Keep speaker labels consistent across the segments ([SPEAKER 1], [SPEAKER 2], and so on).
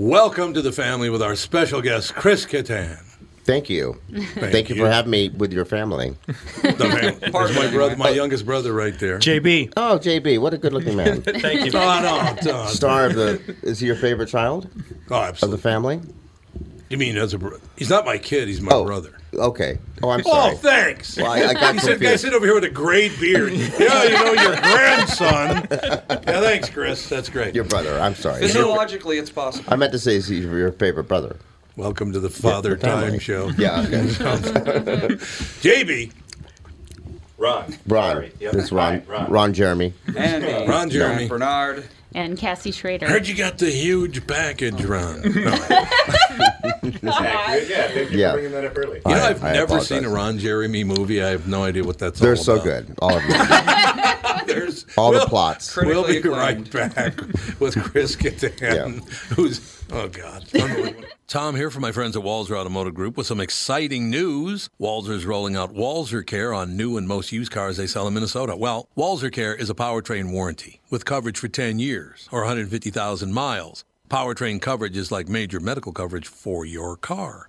[SPEAKER 1] Welcome to the family with our special guest, Chris Kattan.
[SPEAKER 2] Thank you. Thank, you, for having me with your family.
[SPEAKER 1] The fam- There's my brother, my youngest brother, right there.
[SPEAKER 3] JB.
[SPEAKER 2] Oh, JB, what a good-looking man.
[SPEAKER 3] Thank you.
[SPEAKER 1] Oh, no, no.
[SPEAKER 2] Star of the is he your favorite child
[SPEAKER 1] Oh,
[SPEAKER 2] of the
[SPEAKER 1] absolutely.
[SPEAKER 2] family?
[SPEAKER 1] You mean as a bro- he's not my kid, he's my
[SPEAKER 2] Oh,
[SPEAKER 1] brother.
[SPEAKER 2] Okay. Oh, I'm
[SPEAKER 1] Oh,
[SPEAKER 2] sorry.
[SPEAKER 1] thanks.
[SPEAKER 2] Well, I- I got
[SPEAKER 1] he said, "Guy,
[SPEAKER 2] confused.
[SPEAKER 1] sit over here with a great beard." yeah, you know your grandson. Yeah, thanks, Chris. That's great.
[SPEAKER 2] your brother. I'm sorry.
[SPEAKER 4] Physiologically, it's possible.
[SPEAKER 2] I meant to say is he your favorite brother?
[SPEAKER 1] Welcome to the Father
[SPEAKER 2] The family.
[SPEAKER 1] Time Show.
[SPEAKER 2] Yeah. Okay.
[SPEAKER 1] JB,
[SPEAKER 5] Ron.
[SPEAKER 2] Ron.
[SPEAKER 5] Sorry. Yep.
[SPEAKER 2] This is Ron.
[SPEAKER 5] Right, Ron.
[SPEAKER 2] Ron Jeremy.
[SPEAKER 4] And me,
[SPEAKER 1] Ron Jeremy.
[SPEAKER 4] Don Bernard.
[SPEAKER 6] and Cassie Schrader.
[SPEAKER 1] heard you got the huge package, Ron. No.
[SPEAKER 5] Accurate. Yeah, thank you
[SPEAKER 2] Yeah.
[SPEAKER 5] for bringing that up early.
[SPEAKER 1] You know,
[SPEAKER 2] I-
[SPEAKER 1] I've
[SPEAKER 2] I
[SPEAKER 1] never
[SPEAKER 2] apologize.
[SPEAKER 1] seen a Ron Jeremy movie. I have no idea what that's
[SPEAKER 2] They're
[SPEAKER 1] all
[SPEAKER 2] so
[SPEAKER 1] about.
[SPEAKER 2] good. All of them.
[SPEAKER 1] There's
[SPEAKER 2] All the
[SPEAKER 1] Well,
[SPEAKER 2] plots.
[SPEAKER 4] Critically
[SPEAKER 1] We'll be
[SPEAKER 4] acclaimed.
[SPEAKER 1] right back with Chris Kattan, who's, oh God. unbelievable. Tom here from my friends at Walzer Automotive Group with some exciting news. Walzer's rolling out Walzer Care on new and most used cars they sell in Minnesota. Well, Walzer Care is a powertrain warranty with coverage for 10 years or 150,000 miles. Powertrain coverage is like major medical coverage for your car.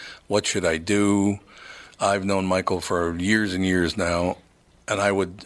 [SPEAKER 1] What should I do? I've known Michael for years and years now, and I would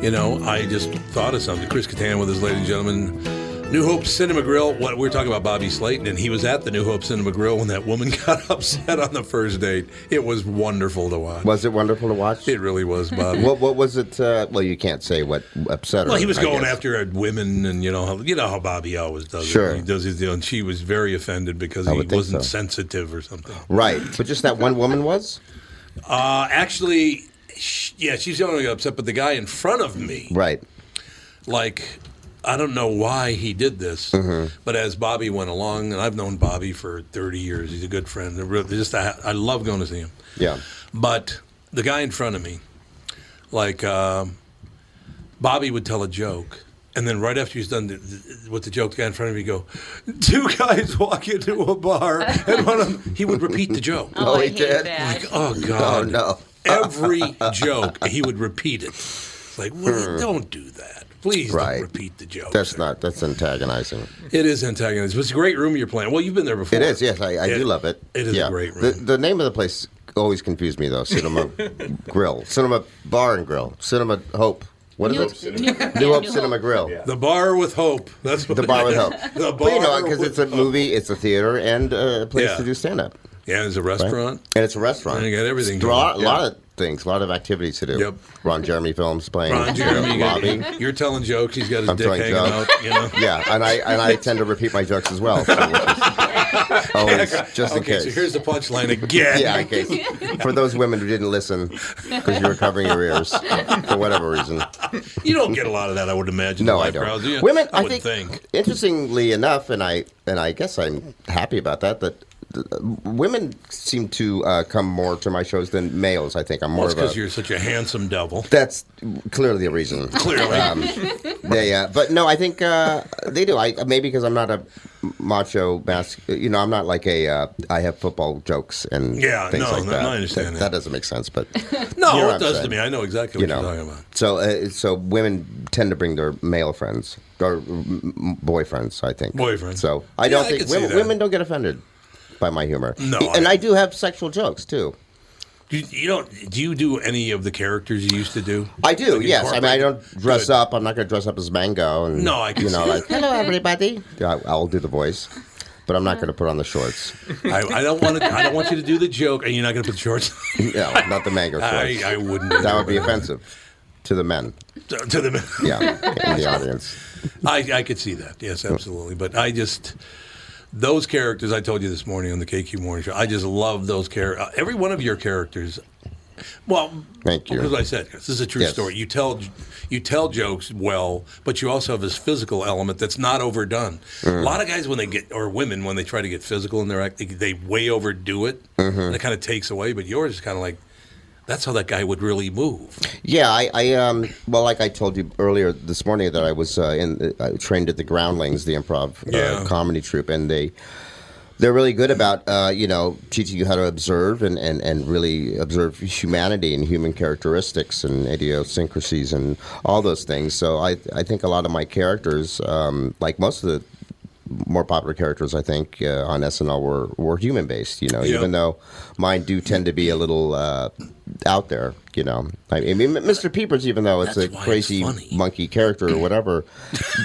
[SPEAKER 1] You know, I just thought of something. Chris Kattan with his ladies and gentlemen. New Hope Cinema Grill. What we were talking about Bobby Slayton, and he was at the New Hope Cinema Grill when that woman got upset on the first date. It was wonderful to watch.
[SPEAKER 2] Was it wonderful to watch?
[SPEAKER 1] It really was, Bobby.
[SPEAKER 2] What What was it? Uh, well, you can't say what upset her.
[SPEAKER 1] Well, he was
[SPEAKER 2] I
[SPEAKER 1] going
[SPEAKER 2] guess.
[SPEAKER 1] after women, and you know, how, you know how Bobby always does. it.
[SPEAKER 2] Sure.
[SPEAKER 1] he does his deal, and she was very offended because
[SPEAKER 2] I
[SPEAKER 1] he
[SPEAKER 2] would think
[SPEAKER 1] wasn't
[SPEAKER 2] so.
[SPEAKER 1] sensitive or something.
[SPEAKER 2] Right, but just that one woman was
[SPEAKER 1] Uh, actually, sh- yeah, she's the only one who got upset, but the guy in front of me,
[SPEAKER 2] right.
[SPEAKER 1] like, I don't know why he did this, but as Bobby went along, and I've known Bobby for thirty years, he's a good friend. They're real- they're Just, I, I love going to see him.
[SPEAKER 2] Yeah.
[SPEAKER 1] But the guy in front of me, like um, Bobby would tell a joke, and then right after he's done the, the, with the joke, the guy in front of me would go, two guys walk into a bar, and one of them, he would repeat the joke.
[SPEAKER 6] Oh,
[SPEAKER 2] Oh,
[SPEAKER 6] I
[SPEAKER 2] he
[SPEAKER 6] hate
[SPEAKER 2] did?
[SPEAKER 6] that.
[SPEAKER 1] Oh God!
[SPEAKER 2] Oh, no.
[SPEAKER 1] Every joke he would repeat it. It's like, well, don't do that. Please
[SPEAKER 2] Hmm. Right.
[SPEAKER 1] don't repeat the joke.
[SPEAKER 2] That's not. That's antagonizing.
[SPEAKER 1] It is antagonism. It's a great room you're playing. Well, you've been there before.
[SPEAKER 2] It is. Yes, I, I
[SPEAKER 1] It-
[SPEAKER 2] do love it.
[SPEAKER 1] It is
[SPEAKER 2] yeah.
[SPEAKER 1] a great room.
[SPEAKER 2] The, the name of the place always confused me though. Cinema Grill, Cinema Bar and Grill, Cinema Hope. What is
[SPEAKER 6] New-
[SPEAKER 2] it?
[SPEAKER 6] New- yeah,
[SPEAKER 2] New Hope
[SPEAKER 6] New
[SPEAKER 2] Cinema
[SPEAKER 6] Hope.
[SPEAKER 2] Grill.
[SPEAKER 5] Yeah.
[SPEAKER 1] The bar with hope. That's what
[SPEAKER 2] The bar with
[SPEAKER 1] it is.
[SPEAKER 2] hope.
[SPEAKER 1] The bar
[SPEAKER 2] but you know, because
[SPEAKER 1] with
[SPEAKER 2] it's a
[SPEAKER 1] hope.
[SPEAKER 2] movie, it's a theater, and a place
[SPEAKER 1] Yeah.
[SPEAKER 2] to do stand up.
[SPEAKER 1] Yeah, there's a restaurant.
[SPEAKER 2] And it's a restaurant.
[SPEAKER 1] And you got everything
[SPEAKER 2] It's a lot,
[SPEAKER 1] going,
[SPEAKER 2] a lot
[SPEAKER 1] yeah.
[SPEAKER 2] of things, a lot of activities to do.
[SPEAKER 1] Yep.
[SPEAKER 2] Ron Jeremy films playing.
[SPEAKER 1] Ron Jeremy, you got-
[SPEAKER 2] Lobby.
[SPEAKER 1] you're telling jokes. He's got his
[SPEAKER 2] I'm
[SPEAKER 1] dick
[SPEAKER 2] telling
[SPEAKER 1] hanging
[SPEAKER 2] jokes.
[SPEAKER 1] out. You know.
[SPEAKER 2] Yeah, and I and I tend to repeat my jokes as well. so- Always, just in
[SPEAKER 5] okay,
[SPEAKER 2] case.
[SPEAKER 5] so here's the punchline again.
[SPEAKER 2] yeah, in case. For those women who didn't listen because you were covering your ears for whatever reason.
[SPEAKER 5] You don't get a lot of that, I would imagine.
[SPEAKER 2] No,
[SPEAKER 5] in
[SPEAKER 2] I
[SPEAKER 5] live crowds,
[SPEAKER 2] don't.
[SPEAKER 5] do you?
[SPEAKER 2] Women, I,
[SPEAKER 5] would
[SPEAKER 2] think, Interestingly enough, and I and I guess I'm happy about that. That uh, women seem to uh, come more to my shows than males. I think I'm more
[SPEAKER 5] Well, it's
[SPEAKER 2] of
[SPEAKER 5] because
[SPEAKER 2] a.
[SPEAKER 5] you're such a handsome devil.
[SPEAKER 2] That's clearly the reason.
[SPEAKER 5] Clearly.
[SPEAKER 2] they, uh, but no, I think uh, they do. I maybe because I'm not a macho mask. You know, I'm not like a. Uh, I have football jokes and
[SPEAKER 5] Yeah,
[SPEAKER 2] things
[SPEAKER 5] no,
[SPEAKER 2] like
[SPEAKER 5] no,
[SPEAKER 2] that.
[SPEAKER 5] I understand
[SPEAKER 2] that.
[SPEAKER 5] that.
[SPEAKER 2] That doesn't make sense, but
[SPEAKER 5] no,
[SPEAKER 2] you know what
[SPEAKER 5] it
[SPEAKER 2] I'm
[SPEAKER 5] does to
[SPEAKER 2] saying.
[SPEAKER 5] me. I know exactly
[SPEAKER 2] you
[SPEAKER 5] what
[SPEAKER 2] know.
[SPEAKER 5] you're talking about.
[SPEAKER 2] So, uh, so women tend to bring their male friends or mm, mm, boyfriends. I think
[SPEAKER 5] Boyfriends.
[SPEAKER 2] So I
[SPEAKER 5] Yeah,
[SPEAKER 2] don't
[SPEAKER 5] I
[SPEAKER 2] think
[SPEAKER 5] could see
[SPEAKER 2] women,
[SPEAKER 5] that.
[SPEAKER 2] women don't get offended by my humor. E,
[SPEAKER 5] No,
[SPEAKER 2] and
[SPEAKER 5] I-
[SPEAKER 2] I, do have sexual jokes too.
[SPEAKER 5] Do you, you don't? Do you do any of the characters you used to do?
[SPEAKER 2] I do.
[SPEAKER 5] Like
[SPEAKER 2] yes, I mean I don't
[SPEAKER 5] incorporate-
[SPEAKER 2] dress
[SPEAKER 5] Good.
[SPEAKER 2] up. I'm not going to dress up as Mango. And,
[SPEAKER 5] No, I can
[SPEAKER 2] you know
[SPEAKER 5] see
[SPEAKER 2] like hello everybody. I, I'll do the voice, but I'm not going to put on the shorts.
[SPEAKER 5] I, I don't want to. I don't want you to do the joke, and you're not going to put shorts.
[SPEAKER 2] No, not the mango
[SPEAKER 5] I,
[SPEAKER 2] shorts.
[SPEAKER 5] I wouldn't.
[SPEAKER 2] that would be offensive to the men.
[SPEAKER 5] to, to the.
[SPEAKER 2] Yeah, in the audience.
[SPEAKER 5] I, I could see that. Yes, absolutely. But I just those characters I told you this morning on the KQ Morning Show. I just love those characters. Uh, every one of your characters. Well,
[SPEAKER 2] Thank you.
[SPEAKER 5] Because I said this is a true
[SPEAKER 2] Yes.
[SPEAKER 5] story. You tell you tell jokes well, but you also have this physical element that's not overdone.
[SPEAKER 2] Mm.
[SPEAKER 5] A lot of guys when they get or women when they try to get physical in their act, they, they way overdo it.
[SPEAKER 2] Mm-hmm.
[SPEAKER 5] And it kind of takes away. But yours is kind of like. That's how that guy would really move.
[SPEAKER 2] Yeah, I, I um, well, like I told you earlier this morning that I was uh, in I trained at the Groundlings, the improv uh,
[SPEAKER 5] Yeah.
[SPEAKER 2] comedy troupe, and they they're really good about uh, you know teaching you how to observe and, and, and really observe humanity and human characteristics and idiosyncrasies and all those things. So I I think a lot of my characters, um, like most of the more popular characters, I think uh, on SNL were were human based. You know,
[SPEAKER 5] Yeah.
[SPEAKER 2] even though mine do tend to be a little uh, out there. You know, I mean, Mr. Peepers, even though it's
[SPEAKER 5] That's
[SPEAKER 2] a
[SPEAKER 5] why it's
[SPEAKER 2] crazy
[SPEAKER 5] funny.
[SPEAKER 2] monkey character or whatever,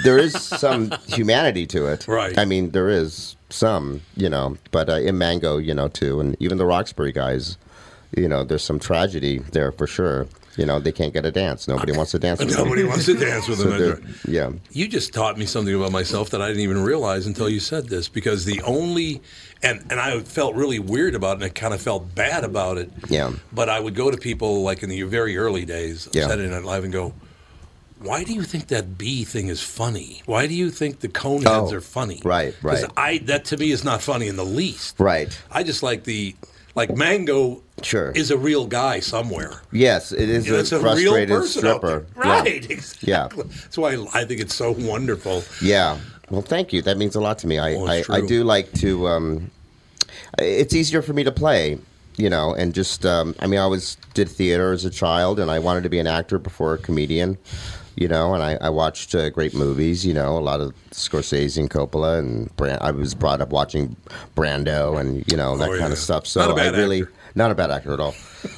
[SPEAKER 2] there is some humanity to it.
[SPEAKER 5] Right.
[SPEAKER 2] I mean, there is some, you know, but uh, in Mango, you know, too, and even the Roxbury guys, you know, there's some tragedy there for sure. You know, they can't get a dance. Nobody wants to dance. with
[SPEAKER 5] Nobody
[SPEAKER 2] them.
[SPEAKER 5] wants to dance with him.
[SPEAKER 2] So they're- yeah.
[SPEAKER 5] You just taught me something about myself that I didn't even realize until you said this because the only and and I felt really weird about it and I kind of felt bad about it.
[SPEAKER 2] Yeah.
[SPEAKER 5] But I would go to people like in the very early days of
[SPEAKER 2] Yeah.
[SPEAKER 5] Saturday Night Live and go, "Why do you think that bee thing is funny? Why do you think the coneheads
[SPEAKER 2] Oh,
[SPEAKER 5] are funny?"
[SPEAKER 2] right,
[SPEAKER 5] 'Cause
[SPEAKER 2] right.
[SPEAKER 5] I that to me is not funny in the least.
[SPEAKER 2] Right.
[SPEAKER 5] I just like the like Mango
[SPEAKER 2] Sure.
[SPEAKER 5] is a real guy somewhere.
[SPEAKER 2] Yes, it is
[SPEAKER 5] It's
[SPEAKER 2] a
[SPEAKER 5] a real
[SPEAKER 2] frustrated
[SPEAKER 5] person out
[SPEAKER 2] stripper.
[SPEAKER 5] there. Right, exactly.
[SPEAKER 2] Yeah.
[SPEAKER 5] That's why I think it's so wonderful.
[SPEAKER 2] Yeah. Well, thank you. That means a lot to me. I,
[SPEAKER 5] Oh,
[SPEAKER 2] I,
[SPEAKER 5] it's
[SPEAKER 2] I
[SPEAKER 5] true.
[SPEAKER 2] do like to. Um, it's easier for me to play, you know, and just. Um, I mean, I always did theater as a child, and I wanted to be an actor before a comedian, you know. And I, I watched uh, great movies, you know, a lot of Scorsese and Coppola, and Brand, I was brought up watching Brando and you know that
[SPEAKER 5] Oh,
[SPEAKER 2] kind
[SPEAKER 5] yeah.
[SPEAKER 2] of stuff. So
[SPEAKER 5] Not a bad
[SPEAKER 2] I really
[SPEAKER 5] actor.
[SPEAKER 2] not a bad actor at all.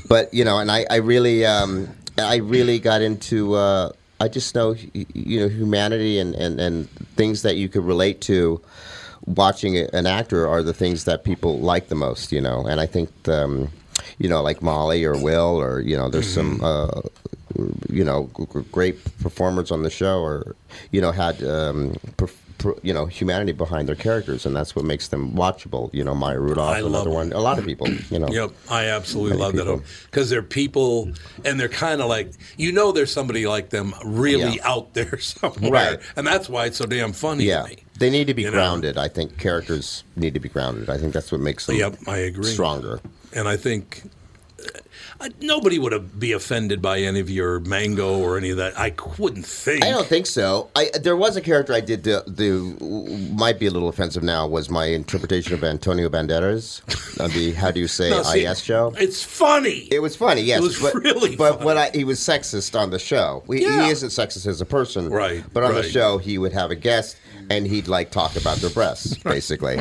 [SPEAKER 2] But you know, and I, I really, um, I really got into. Uh, I just know, y- y- you know, humanity and, and, and things that you could relate to. Watching a- an actor are the things that people like the most, you know. And I think, um, you know, like Molly or Will or you know, there's some,
[SPEAKER 5] Mm-hmm.
[SPEAKER 2] uh, you know, g- g- great performers on the show, or you know, had. Um, perf- per- you know humanity behind their characters, and that's what makes them watchable. You know, Maya Rudolph,
[SPEAKER 5] I love
[SPEAKER 2] another one. A lot of people, you know.
[SPEAKER 5] Yep, I absolutely
[SPEAKER 2] Many
[SPEAKER 5] love
[SPEAKER 2] people.
[SPEAKER 5] that because they're people, and they're kind of like you know there's somebody like them really
[SPEAKER 2] Yeah.
[SPEAKER 5] out there somewhere,
[SPEAKER 2] Right.
[SPEAKER 5] and that's why it's so damn funny.
[SPEAKER 2] Yeah,
[SPEAKER 5] to me.
[SPEAKER 2] they need to be
[SPEAKER 5] You know?
[SPEAKER 2] grounded. I think characters need to be grounded. I think that's what makes them
[SPEAKER 5] Yep, I agree.
[SPEAKER 2] stronger.
[SPEAKER 5] and I think uh, I, nobody would have- be offended by any of your mango or any of that. I wouldn't think.
[SPEAKER 2] I don't think so. I there was a character I did do, do might be a little offensive now was my interpretation of Antonio Banderas on the How Do You Say
[SPEAKER 5] No, see,
[SPEAKER 2] IS show.
[SPEAKER 5] It's funny.
[SPEAKER 2] It was funny, yes.
[SPEAKER 5] was
[SPEAKER 2] but,
[SPEAKER 5] really
[SPEAKER 2] But
[SPEAKER 5] funny.
[SPEAKER 2] what I, he was sexist on the show. He,
[SPEAKER 5] Yeah.
[SPEAKER 2] he isn't sexist as a person,
[SPEAKER 5] Right,
[SPEAKER 2] But on
[SPEAKER 5] right.
[SPEAKER 2] the show, he would have a guest, and he'd like talk about their breasts, basically.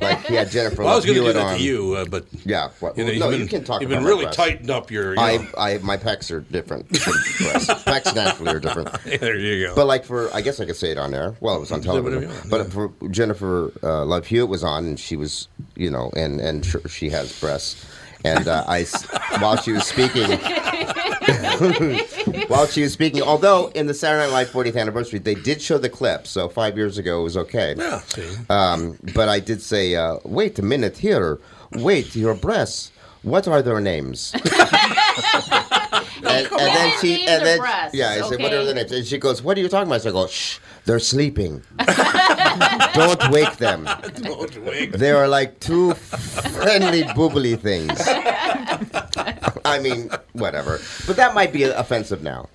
[SPEAKER 2] like he had Jennifer.
[SPEAKER 5] well, I was going to do
[SPEAKER 2] Love Hewitt
[SPEAKER 5] that
[SPEAKER 2] on.
[SPEAKER 5] to you, uh, but
[SPEAKER 2] Yeah. What,
[SPEAKER 5] you know,
[SPEAKER 2] well,
[SPEAKER 5] you've
[SPEAKER 2] no,
[SPEAKER 5] been,
[SPEAKER 2] you can talk.
[SPEAKER 5] You've
[SPEAKER 2] about
[SPEAKER 5] been
[SPEAKER 2] my
[SPEAKER 5] really
[SPEAKER 2] breasts.
[SPEAKER 5] tightened up your. you know,
[SPEAKER 2] I, I, my pecs are different. from breasts. pecs naturally are different.
[SPEAKER 5] there you go.
[SPEAKER 2] But like for, I guess I could say it on air. Well, it was on
[SPEAKER 5] it whatever
[SPEAKER 2] television.
[SPEAKER 5] you want,
[SPEAKER 2] But for Jennifer uh, Love Hewitt was on, and she was, you know, and and sure, she has breasts. And uh, I, s- while she was speaking, while she was speaking. Although in the Saturday Night Live 40th anniversary, they did show the clip, so five years ago it was okay.
[SPEAKER 5] Yeah, see.
[SPEAKER 2] Um, but I did say, uh, wait a minute here. Wait, your breasts. What are their names? and, and then
[SPEAKER 1] Correct.
[SPEAKER 2] she
[SPEAKER 1] Names
[SPEAKER 2] and
[SPEAKER 1] or
[SPEAKER 2] then
[SPEAKER 1] breasts,
[SPEAKER 2] yeah, I said, "What are
[SPEAKER 1] okay.
[SPEAKER 2] the names?" And she goes, "What are you talking about?" So I go, "Shh, they're sleeping. Don't wake them.
[SPEAKER 5] Don't wink.
[SPEAKER 2] They are like two friendly boobly things." I mean, whatever. But that might be offensive now.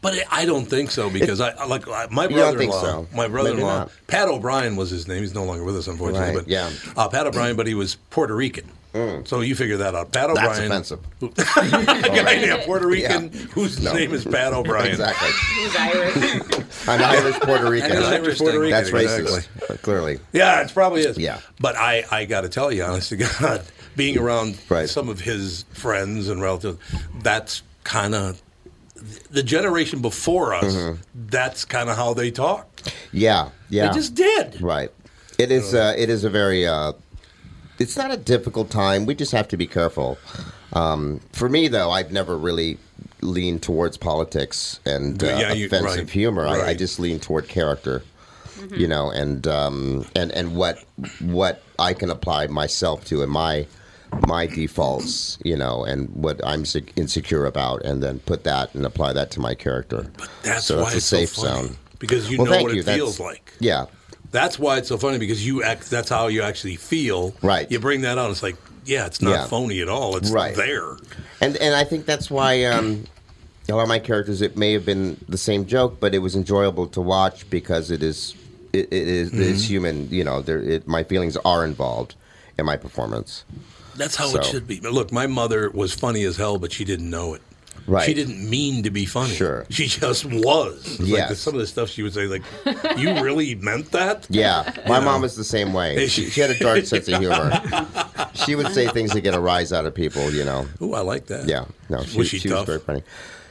[SPEAKER 5] But I- I don't think so because I I- like I- my
[SPEAKER 2] You don't
[SPEAKER 5] brother-in-law.
[SPEAKER 2] think so.
[SPEAKER 5] My
[SPEAKER 2] Maybe
[SPEAKER 5] brother-in-law,
[SPEAKER 2] not.
[SPEAKER 5] Pat O'Brien was his name. He's no longer with us, unfortunately.
[SPEAKER 2] Right,
[SPEAKER 5] But
[SPEAKER 2] yeah. Mm.
[SPEAKER 5] uh, Pat O'Brien, but he was Puerto Rican. So you figure that out. Pat O'Brien,
[SPEAKER 2] offensive.
[SPEAKER 5] a guy named Puerto
[SPEAKER 2] Yeah.
[SPEAKER 5] Rican whose name is Pat O'Brien.
[SPEAKER 2] Exactly.
[SPEAKER 1] He's Irish.
[SPEAKER 2] An Irish Puerto Rican.
[SPEAKER 5] And an Irish Puerto Rican.
[SPEAKER 2] That's racist.
[SPEAKER 5] exactly.
[SPEAKER 2] Clearly.
[SPEAKER 5] Yeah, it probably is.
[SPEAKER 2] Yeah.
[SPEAKER 5] But I, I got to tell you, honest to God, being around
[SPEAKER 2] Right.
[SPEAKER 5] some of his friends and relatives, that's kind of the generation before us.
[SPEAKER 2] Mm-hmm.
[SPEAKER 5] That's kind of how they talk.
[SPEAKER 2] Yeah. Yeah.
[SPEAKER 5] They just did.
[SPEAKER 2] Right. It is. Uh, it is a very. Uh, it's not a difficult time. We just have to be careful. Um, for me, though, I've never really leaned towards politics and uh,
[SPEAKER 5] Yeah, you-
[SPEAKER 2] offensive
[SPEAKER 5] right,
[SPEAKER 2] humor. I, I
[SPEAKER 5] right.
[SPEAKER 2] just lean toward character, you know, and um, and and what what I can apply myself to and my my defaults, you know, and what I'm sec- insecure about, and then put that and apply that to my character.
[SPEAKER 5] That's
[SPEAKER 2] so
[SPEAKER 5] why
[SPEAKER 2] that's a
[SPEAKER 5] it's
[SPEAKER 2] safe
[SPEAKER 5] so funny,
[SPEAKER 2] zone.
[SPEAKER 5] because you
[SPEAKER 2] Well,
[SPEAKER 5] know
[SPEAKER 2] thank
[SPEAKER 5] what
[SPEAKER 2] you.
[SPEAKER 5] it
[SPEAKER 2] That's-
[SPEAKER 5] feels like.
[SPEAKER 2] Yeah.
[SPEAKER 5] That's why it's so funny because you act. That's how you actually feel.
[SPEAKER 2] Right.
[SPEAKER 5] You bring that out. It's like, yeah, it's not
[SPEAKER 2] Yeah.
[SPEAKER 5] phony at all. It's
[SPEAKER 2] Right.
[SPEAKER 5] there.
[SPEAKER 2] And and I think that's why um, a lot of my characters it may have been the same joke, but it was enjoyable to watch because it is it, it is it
[SPEAKER 5] Mm-hmm.
[SPEAKER 2] is human. You know, there it, my feelings are involved in my performance.
[SPEAKER 5] That's how
[SPEAKER 2] So-
[SPEAKER 5] it should be. But Look, my mother was funny as hell, but she didn't know it.
[SPEAKER 2] Right.
[SPEAKER 5] She didn't mean to be funny.
[SPEAKER 2] Sure.
[SPEAKER 5] She just was. Yeah. Like
[SPEAKER 2] Yes.
[SPEAKER 5] the, some of the stuff she would say, like, "You really meant that?"
[SPEAKER 2] Yeah, my mom was the same way.
[SPEAKER 5] Is
[SPEAKER 2] She,
[SPEAKER 5] she?
[SPEAKER 2] she had a dark sense of humor. she would say things that get a rise out of people. You know.
[SPEAKER 5] Ooh, I like that.
[SPEAKER 2] Yeah. No, she
[SPEAKER 5] Was she
[SPEAKER 2] was
[SPEAKER 5] tough?
[SPEAKER 2] very funny.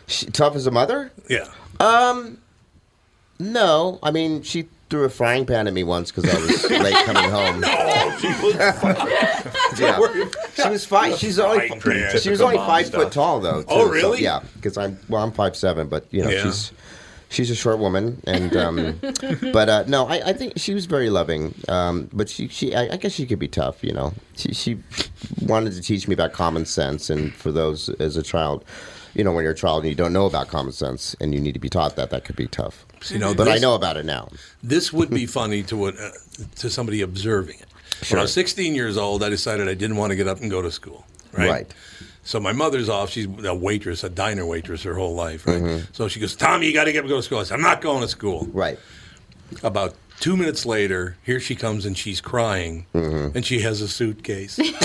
[SPEAKER 2] She, tough as a mother?
[SPEAKER 5] Yeah.
[SPEAKER 2] No, I mean she threw a frying pan at me once because I was late coming home.
[SPEAKER 5] Oh, she was.
[SPEAKER 2] Yeah. She was five. She's only
[SPEAKER 5] frying pan.
[SPEAKER 2] she was only
[SPEAKER 7] mom
[SPEAKER 2] five
[SPEAKER 7] stuff.
[SPEAKER 2] foot tall though. too.
[SPEAKER 5] Oh, really?
[SPEAKER 2] So, yeah, because I'm well, I'm five seven, but you know
[SPEAKER 5] Yeah.
[SPEAKER 2] she's she's a short woman, and um, but uh, no, I, I think she was very loving. Um, but she she I, I guess she could be tough. You know, she she wanted to teach me about common sense, and for those as a child. You know, when you're a child and you don't know about common sense, and you need to be taught that, that could be tough.
[SPEAKER 5] You know,
[SPEAKER 2] but I
[SPEAKER 5] this-
[SPEAKER 2] know about it now.
[SPEAKER 5] this would be funny to a, to somebody observing it. When I was 16 years old, I decided I didn't want to get up and go to school. Right.
[SPEAKER 2] Right.
[SPEAKER 5] So my mother's off. She's a waitress, a diner waitress, her whole life. Right. So she goes, "Tommy, you got to get up and go to school." I said, "I'm not going to school."
[SPEAKER 2] Mm-hmm. Right.
[SPEAKER 5] About two minutes later, here she comes and she's crying,
[SPEAKER 2] Mm-hmm.
[SPEAKER 5] and she has a suitcase.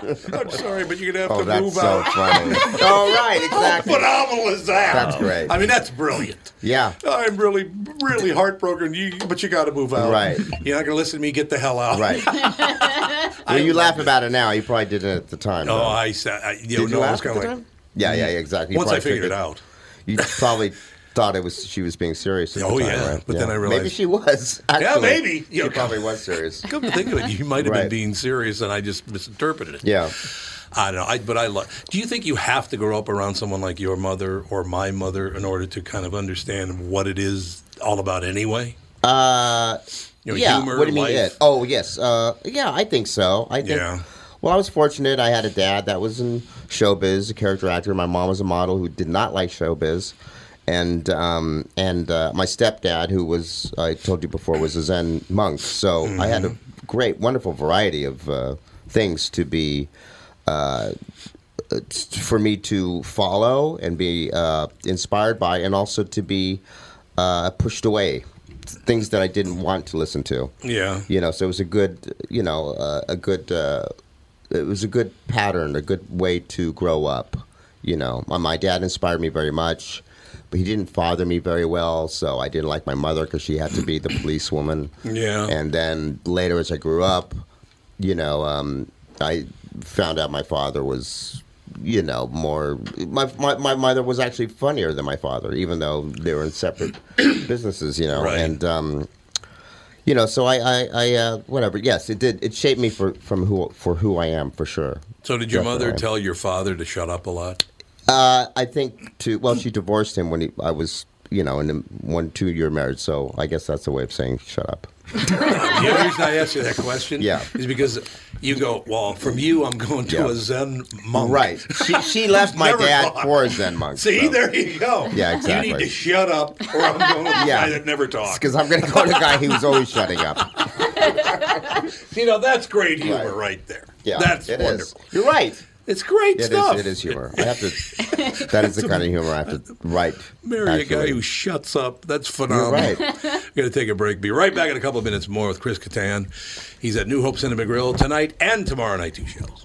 [SPEAKER 5] I'm sorry, but you're gonna have
[SPEAKER 2] Oh,
[SPEAKER 5] to
[SPEAKER 2] that's
[SPEAKER 5] move
[SPEAKER 2] so
[SPEAKER 5] out.
[SPEAKER 2] funny. All right, exactly.
[SPEAKER 5] Phenomenal is that?
[SPEAKER 2] That's great.
[SPEAKER 5] I mean, that's brilliant.
[SPEAKER 2] Yeah.
[SPEAKER 5] I'm really, really heartbroken. You, but you got to move out.
[SPEAKER 2] Right.
[SPEAKER 5] You're not going to listen to me. Get the hell out.
[SPEAKER 2] Right. well, you laugh about it now. You probably didn't at the time.
[SPEAKER 5] Oh,
[SPEAKER 2] though.
[SPEAKER 5] I said. I, you
[SPEAKER 2] Did you
[SPEAKER 5] know, I
[SPEAKER 2] laugh
[SPEAKER 5] was
[SPEAKER 2] at
[SPEAKER 5] kind
[SPEAKER 2] the
[SPEAKER 5] of like
[SPEAKER 2] time? Yeah, yeah, yeah, exactly. You
[SPEAKER 5] once I
[SPEAKER 2] probably
[SPEAKER 5] figured it out.
[SPEAKER 2] You probably thought it was she was being serious. At
[SPEAKER 5] Oh,
[SPEAKER 2] the time,
[SPEAKER 5] yeah,
[SPEAKER 2] right?
[SPEAKER 5] but then I realized-
[SPEAKER 2] maybe she was. Actually,
[SPEAKER 5] maybe.
[SPEAKER 2] she
[SPEAKER 5] Yeah.
[SPEAKER 2] probably was serious.
[SPEAKER 5] Come to think of it, you might have
[SPEAKER 2] Right.
[SPEAKER 5] been being serious, and I just misinterpreted it.
[SPEAKER 2] Yeah.
[SPEAKER 5] I don't know. I, but I love. Do you think you have to grow up around someone like your mother or my mother in order to kind of understand what it is all about anyway?
[SPEAKER 2] Uh,
[SPEAKER 5] You know,
[SPEAKER 2] yeah.
[SPEAKER 5] humor,
[SPEAKER 2] what do you mean?
[SPEAKER 5] life.
[SPEAKER 2] It? Oh, yes. Uh, yeah, I think so. I think.
[SPEAKER 5] Yeah.
[SPEAKER 2] Well, I was fortunate. I had a dad that was in showbiz, a character actor. My mom was a model who did not like showbiz, and um, and uh, my stepdad, who was I told you before, was a Zen monk. So I had a
[SPEAKER 5] Mm-hmm.
[SPEAKER 2] great, wonderful variety of uh, things to be for me to follow and be uh, inspired by, and also to be uh, pushed away. Things that I didn't want to listen to.
[SPEAKER 5] Yeah.
[SPEAKER 2] You know, so it was a good, you know, uh, a good, uh, it was a good pattern, a good way to grow up. You know, my, my dad inspired me very much, but he didn't father me very well, so I didn't like my mother because she had to be the policewoman.
[SPEAKER 5] Yeah.
[SPEAKER 2] And then later, as I grew up, you know, um, I found out my father was, you know, more. My, my my mother was actually funnier than my father, even though they were in separate businesses. You know,
[SPEAKER 5] Right.
[SPEAKER 2] and um, you know, so I I, I uh, whatever. Yes, it did. It shaped me for from who for who I am for sure.
[SPEAKER 5] So did your mother
[SPEAKER 2] Definitely.
[SPEAKER 5] tell your father to shut up a lot?
[SPEAKER 2] Uh, I think to well, she divorced him when he, I was you know in a one two year marriage. So I guess that's a way of saying shut up.
[SPEAKER 1] the only reason I asked you that question
[SPEAKER 2] Yeah.
[SPEAKER 1] is because you go, well, from you, I'm going to
[SPEAKER 2] Yeah.
[SPEAKER 1] a Zen monk.
[SPEAKER 2] Oh, Right. She she left my
[SPEAKER 1] Never
[SPEAKER 2] dad
[SPEAKER 1] thought.
[SPEAKER 2] for a Zen monk.
[SPEAKER 1] See, there you go.
[SPEAKER 2] Yeah,
[SPEAKER 1] You need
[SPEAKER 2] exactly.
[SPEAKER 1] to shut up, or I'm going to the
[SPEAKER 2] Yeah.
[SPEAKER 1] guy that never talks.
[SPEAKER 2] Because I'm going to go to a guy who's always shutting up.
[SPEAKER 1] You know, that's great humor right,
[SPEAKER 2] Right.
[SPEAKER 1] there.
[SPEAKER 2] Yeah,
[SPEAKER 1] that's
[SPEAKER 2] it is.
[SPEAKER 1] wonderful.
[SPEAKER 2] You're right.
[SPEAKER 1] It's great
[SPEAKER 2] It is.
[SPEAKER 1] stuff.
[SPEAKER 2] It is humor. I have to. That is the kind of humor I have to write.
[SPEAKER 1] Marry a guy
[SPEAKER 2] actually.
[SPEAKER 1] who shuts up. That's
[SPEAKER 2] You're
[SPEAKER 1] phenomenal.
[SPEAKER 2] right.
[SPEAKER 1] We're going to take a break. Be right back in a couple of minutes more with Chris Kattan. He's at New Hope Cinema Grill tonight and tomorrow night, two shows.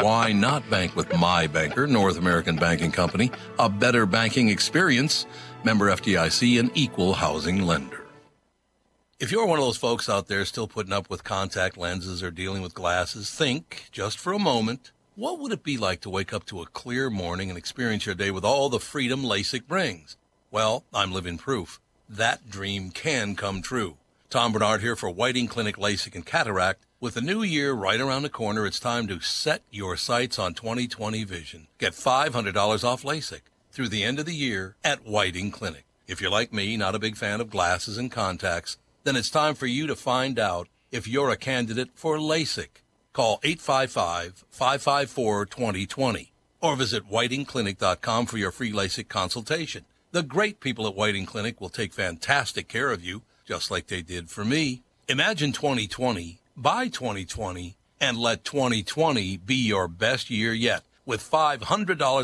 [SPEAKER 1] Why not bank with my banker, North American Banking Company, a better banking experience, member FDIC, an equal housing lender. If you're one of those folks out there still putting up with contact lenses or dealing with glasses, think just for a moment what would it be like to wake up to a clear morning and experience your day with all the freedom LASIK brings? Well, I'm living proof. That dream can come true. Tom Bernard here for Whiting Clinic LASIK and Cataract. With the new year right around the corner, it's time to set your sights on 2020 vision. Get $500 off LASIK through the end of the year at Whiting Clinic. If you're like me, not a big fan of glasses and contacts, then it's time for you to find out if you're a candidate for LASIK. Call 855-554-2020 or visit whitingclinic.com for your free LASIK consultation. The great people at Whiting Clinic will take fantastic care of you, just like they did for me. Imagine 2020, buy 2020, and let 2020 be your best year yet with $500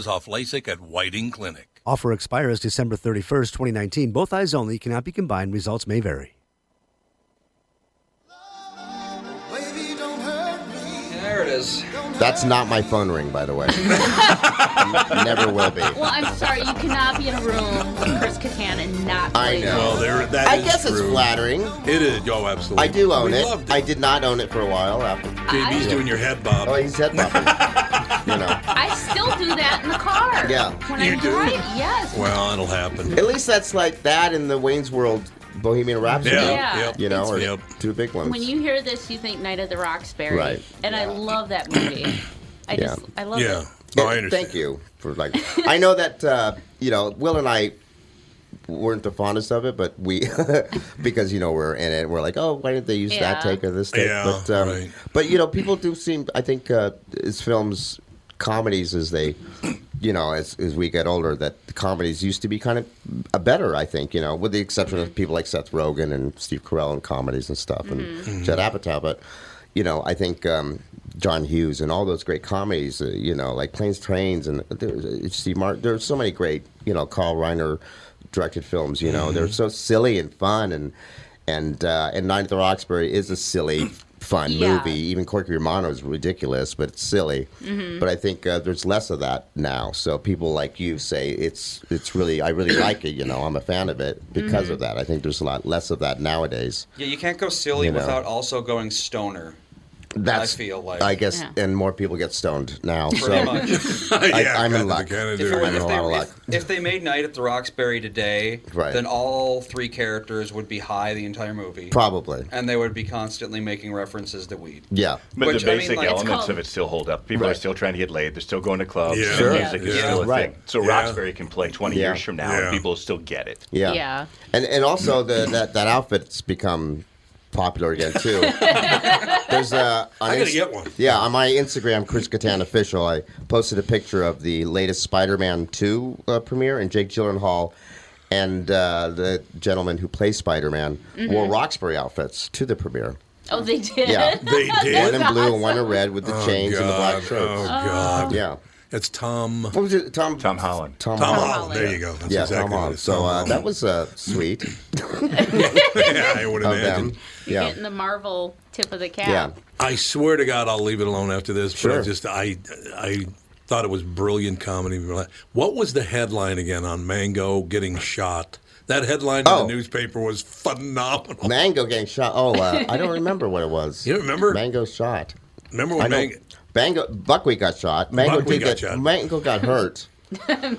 [SPEAKER 1] off LASIK at Whiting Clinic.
[SPEAKER 3] Offer expires December 31st, 2019. Both eyes only cannot be combined. Results may vary.
[SPEAKER 4] There it is.
[SPEAKER 2] That's not my phone ring, by the way. Never will be.
[SPEAKER 6] Well, I'm sorry, you cannot be in a room with Chris Kattan and not.
[SPEAKER 2] I
[SPEAKER 6] believe
[SPEAKER 2] know.
[SPEAKER 6] it.
[SPEAKER 1] Well, there, that
[SPEAKER 2] I
[SPEAKER 1] is
[SPEAKER 2] guess it's
[SPEAKER 1] true.
[SPEAKER 2] flattering.
[SPEAKER 1] It is. Oh, absolutely.
[SPEAKER 2] I do own
[SPEAKER 1] we
[SPEAKER 2] it.
[SPEAKER 1] Loved it.
[SPEAKER 2] I did not own it for a while after.
[SPEAKER 1] JB's
[SPEAKER 6] I-
[SPEAKER 1] doing your head bob.
[SPEAKER 2] Oh, he's head bopping. you know.
[SPEAKER 6] I still do that in the car.
[SPEAKER 2] Yeah.
[SPEAKER 6] When
[SPEAKER 1] You
[SPEAKER 6] I
[SPEAKER 1] do?
[SPEAKER 6] drive, yes.
[SPEAKER 1] well, it'll happen.
[SPEAKER 2] At least that's like that in the Wayne's World Bohemian Rhapsody.
[SPEAKER 1] Yeah.
[SPEAKER 6] Yeah.
[SPEAKER 1] Yep.
[SPEAKER 2] You know, or
[SPEAKER 1] Yep.
[SPEAKER 2] two big ones.
[SPEAKER 6] when you hear this, you think Night at the Roxbury.
[SPEAKER 2] Right.
[SPEAKER 6] And I love that movie. I
[SPEAKER 2] Yeah.
[SPEAKER 6] just, I love
[SPEAKER 5] Oh,
[SPEAKER 1] Yeah.
[SPEAKER 6] it.
[SPEAKER 1] No,
[SPEAKER 2] Yeah,
[SPEAKER 1] I understand.
[SPEAKER 2] Thank you for like. I know that uh, you know Will and I weren't the fondest of it, but we because you know we're in it. We're like, oh, why didn't they use
[SPEAKER 6] Yeah.
[SPEAKER 2] that take or this take?
[SPEAKER 1] Yeah,
[SPEAKER 2] but um,
[SPEAKER 1] right.
[SPEAKER 2] but you know, people do seem. I think uh, as films, comedies as they. You know, as, as we get older, that the comedies used to be kind of uh, better. I think you know, with the exception of people like Seth Rogen and Steve Carell and comedies and stuff, and Judd Apatow. But you know, I think um, John Hughes and all those great comedies, uh, you know, like Planes, Trains, and there's uh, Steve Martin. There's so many great, you know, Carl Reiner directed films. You know, they're so silly and fun, and and uh, and Night at the Roxbury is a silly, fun
[SPEAKER 6] Yeah.
[SPEAKER 2] movie. Even Corky Romano is ridiculous, but it's silly. But I think uh, there's less of that now. So people like you say it's it's really I really like it. You know, I'm a fan of it because of that. I think there's a lot less of that nowadays.
[SPEAKER 4] Yeah, you can't go silly
[SPEAKER 2] You know.
[SPEAKER 4] without also going stoner.
[SPEAKER 2] That's,
[SPEAKER 4] feel like-
[SPEAKER 2] I guess,
[SPEAKER 6] Yeah.
[SPEAKER 2] and more people get stoned now.
[SPEAKER 4] Pretty
[SPEAKER 2] so
[SPEAKER 4] much. If,
[SPEAKER 2] I,
[SPEAKER 1] Yeah,
[SPEAKER 2] I'm
[SPEAKER 1] God,
[SPEAKER 2] in
[SPEAKER 1] the
[SPEAKER 2] luck.
[SPEAKER 1] Canada.
[SPEAKER 4] it were-
[SPEAKER 2] I'm in a lot of
[SPEAKER 4] they,
[SPEAKER 2] luck.
[SPEAKER 4] if, if they made Night at the Roxbury today,
[SPEAKER 2] Right.
[SPEAKER 4] then all three characters would be high the entire movie.
[SPEAKER 2] Probably.
[SPEAKER 4] And they would be constantly making references to weed.
[SPEAKER 2] Yeah.
[SPEAKER 5] But
[SPEAKER 4] Which,
[SPEAKER 5] the
[SPEAKER 4] I mean,
[SPEAKER 5] basic
[SPEAKER 4] like, it's
[SPEAKER 5] elements
[SPEAKER 6] called-
[SPEAKER 5] of it still hold up. People
[SPEAKER 2] Right.
[SPEAKER 5] are still trying to get laid. They're still going to clubs.
[SPEAKER 1] Yeah.
[SPEAKER 5] Still
[SPEAKER 1] Sure.
[SPEAKER 5] Music is
[SPEAKER 1] Yeah.
[SPEAKER 5] still a
[SPEAKER 2] Right.
[SPEAKER 5] thing. So
[SPEAKER 1] Yeah.
[SPEAKER 5] Roxbury can play 20
[SPEAKER 2] Yeah.
[SPEAKER 5] years from now,
[SPEAKER 1] Yeah.
[SPEAKER 5] and people still get it.
[SPEAKER 2] Yeah.
[SPEAKER 6] Yeah.
[SPEAKER 2] And and also the that, that outfit's become popular again too. There's a on
[SPEAKER 1] I gotta
[SPEAKER 2] Inst-
[SPEAKER 1] get one.
[SPEAKER 2] Yeah, on my Instagram, Chris Kattan official, I posted a picture of the latest Spider-Man 2 uh, premiere and Jake Gyllenhaal and uh, the gentleman who plays Spider Man
[SPEAKER 6] Mhm.
[SPEAKER 2] wore Roxbury outfits to the premiere.
[SPEAKER 6] Oh, they did.
[SPEAKER 2] Yeah,
[SPEAKER 6] That's
[SPEAKER 2] One in blue and one in
[SPEAKER 6] awesome.
[SPEAKER 2] red with the
[SPEAKER 5] Oh,
[SPEAKER 2] chains and the black
[SPEAKER 5] God.
[SPEAKER 2] shirts.
[SPEAKER 5] Oh, God.
[SPEAKER 2] Yeah.
[SPEAKER 5] It's Tom. What
[SPEAKER 2] was it? Tom.
[SPEAKER 5] Tom Holland. Tom,
[SPEAKER 2] Tom
[SPEAKER 5] Holland.
[SPEAKER 2] Holland.
[SPEAKER 5] There you go. That's
[SPEAKER 2] yeah, Tom
[SPEAKER 5] exactly what it
[SPEAKER 2] Holland.
[SPEAKER 5] is.
[SPEAKER 2] So
[SPEAKER 5] Tom
[SPEAKER 2] uh,
[SPEAKER 5] Holland.
[SPEAKER 2] that was uh, sweet. Oh.
[SPEAKER 5] yeah, I would
[SPEAKER 2] Of
[SPEAKER 5] imagine.
[SPEAKER 2] them.
[SPEAKER 6] You're getting the Marvel tip of the cap.
[SPEAKER 5] I swear to God, I'll leave it alone after this. But I
[SPEAKER 2] Sure.
[SPEAKER 5] just I I thought it was brilliant comedy. What was the headline again on Mango getting shot? That headline in
[SPEAKER 2] Oh.
[SPEAKER 5] the newspaper was phenomenal.
[SPEAKER 2] Mango getting shot. Oh, uh, I don't remember what it was. You
[SPEAKER 5] don't remember?
[SPEAKER 2] Mango shot.
[SPEAKER 5] Remember when
[SPEAKER 2] I know-
[SPEAKER 5] Mango-
[SPEAKER 2] Mango Buckwheat got shot. Mango
[SPEAKER 5] Buckwheat
[SPEAKER 2] did
[SPEAKER 5] got
[SPEAKER 2] get,
[SPEAKER 5] shot.
[SPEAKER 2] Mango got hurt.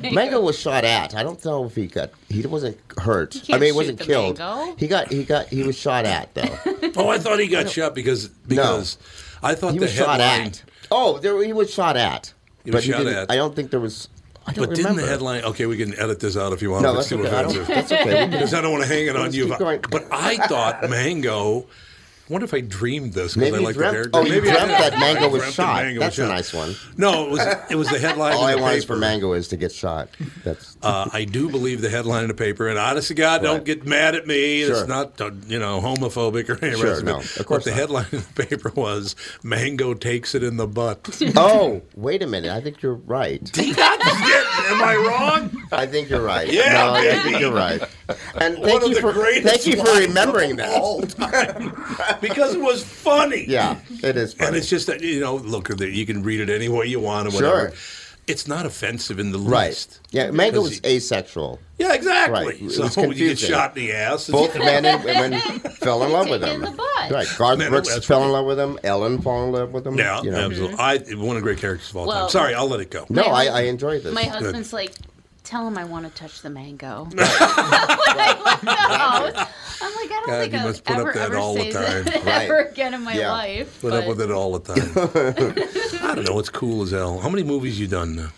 [SPEAKER 2] Mango was shot at. I don't know if he got. He wasn't hurt.
[SPEAKER 5] You can't
[SPEAKER 2] I mean, he
[SPEAKER 5] shoot
[SPEAKER 2] wasn't
[SPEAKER 5] the
[SPEAKER 2] killed.
[SPEAKER 5] mango.
[SPEAKER 2] He got. He got. He was shot at though.
[SPEAKER 5] Oh, I thought he got shot because because I thought
[SPEAKER 2] he
[SPEAKER 5] the
[SPEAKER 2] was shot
[SPEAKER 5] headline.
[SPEAKER 2] at. Oh, there, he was shot at.
[SPEAKER 5] He was
[SPEAKER 2] but
[SPEAKER 5] shot
[SPEAKER 2] he didn't-
[SPEAKER 5] at.
[SPEAKER 2] I don't think there was. I don't
[SPEAKER 5] but didn't
[SPEAKER 2] remember.
[SPEAKER 5] the headline? Okay, we can edit this out if you want.
[SPEAKER 2] No,
[SPEAKER 5] if it's
[SPEAKER 2] that's
[SPEAKER 5] too
[SPEAKER 2] okay. I don't-
[SPEAKER 5] offensive.
[SPEAKER 2] that's okay. We can-
[SPEAKER 5] Because I don't want to hang it on
[SPEAKER 2] Let's
[SPEAKER 5] you.
[SPEAKER 2] keep going.
[SPEAKER 5] But, but I thought Mango. I wonder if I dreamed this because
[SPEAKER 2] Maybe
[SPEAKER 5] I
[SPEAKER 2] you
[SPEAKER 5] like the
[SPEAKER 2] dreamt-
[SPEAKER 5] character.
[SPEAKER 2] oh, you
[SPEAKER 5] Maybe I
[SPEAKER 2] dreamt
[SPEAKER 5] did.
[SPEAKER 2] that Mango
[SPEAKER 5] I
[SPEAKER 2] was
[SPEAKER 5] dreamt that
[SPEAKER 2] shot.
[SPEAKER 5] Mango was
[SPEAKER 2] That's a
[SPEAKER 5] shot.
[SPEAKER 2] nice one.
[SPEAKER 5] No, it was it was the headline.
[SPEAKER 2] All
[SPEAKER 5] in
[SPEAKER 2] I
[SPEAKER 5] the
[SPEAKER 2] want is
[SPEAKER 5] paper.
[SPEAKER 2] for Mango is to get shot. That's
[SPEAKER 5] Uh, I do believe the headline in the paper, and honest to God, don't get mad at me. It's
[SPEAKER 2] Sure.
[SPEAKER 5] not uh, you know homophobic or anything.
[SPEAKER 2] Sure, no, of course
[SPEAKER 5] But the
[SPEAKER 2] not.
[SPEAKER 5] headline in the paper was "Mango takes it in the butt."
[SPEAKER 2] oh, wait a minute. I think you're right.
[SPEAKER 5] am I wrong?
[SPEAKER 2] I think you're right.
[SPEAKER 5] Yeah,
[SPEAKER 2] no, I
[SPEAKER 5] baby.
[SPEAKER 2] think you're right. And
[SPEAKER 5] One
[SPEAKER 2] thank
[SPEAKER 5] of
[SPEAKER 2] you
[SPEAKER 5] the
[SPEAKER 2] for
[SPEAKER 5] greatest
[SPEAKER 2] thank you for
[SPEAKER 5] lines of
[SPEAKER 2] remembering
[SPEAKER 5] all
[SPEAKER 2] that.
[SPEAKER 5] because it was funny.
[SPEAKER 2] Yeah, it is. Funny.
[SPEAKER 5] And it's just that you know, look, you can read it any way you want or whatever.
[SPEAKER 2] Sure.
[SPEAKER 5] It's not offensive in the
[SPEAKER 2] right.
[SPEAKER 5] least.
[SPEAKER 2] Yeah, Mango
[SPEAKER 5] 'Cause
[SPEAKER 2] was asexual.
[SPEAKER 5] Yeah, exactly.
[SPEAKER 2] Right. It
[SPEAKER 5] So
[SPEAKER 2] was
[SPEAKER 5] you get
[SPEAKER 2] confusing.
[SPEAKER 5] shot in the ass.
[SPEAKER 2] Both men and women fell in love with him. Right. Garth
[SPEAKER 5] Men-
[SPEAKER 2] Brooks
[SPEAKER 5] that's
[SPEAKER 2] fell in love with him. Ellen fell in love with him.
[SPEAKER 5] Yeah,
[SPEAKER 2] you know.
[SPEAKER 5] absolutely. I one of the great characters of all time.
[SPEAKER 6] Well-
[SPEAKER 5] Sorry, I'll let it go.
[SPEAKER 2] No, I, I enjoy this.
[SPEAKER 6] My husband's like, tell him I want to touch the mango. when I left the house, I'm like, I don't
[SPEAKER 5] God,
[SPEAKER 6] think
[SPEAKER 5] you
[SPEAKER 6] I'll
[SPEAKER 5] must put up
[SPEAKER 6] ever,
[SPEAKER 5] that
[SPEAKER 6] ever
[SPEAKER 5] all the
[SPEAKER 6] say
[SPEAKER 5] time.
[SPEAKER 6] that
[SPEAKER 5] Right.
[SPEAKER 6] ever again in my
[SPEAKER 5] Yeah.
[SPEAKER 6] life.
[SPEAKER 5] Put up with it all the time. I don't know. It's cool as hell. How many movies you done uh, now?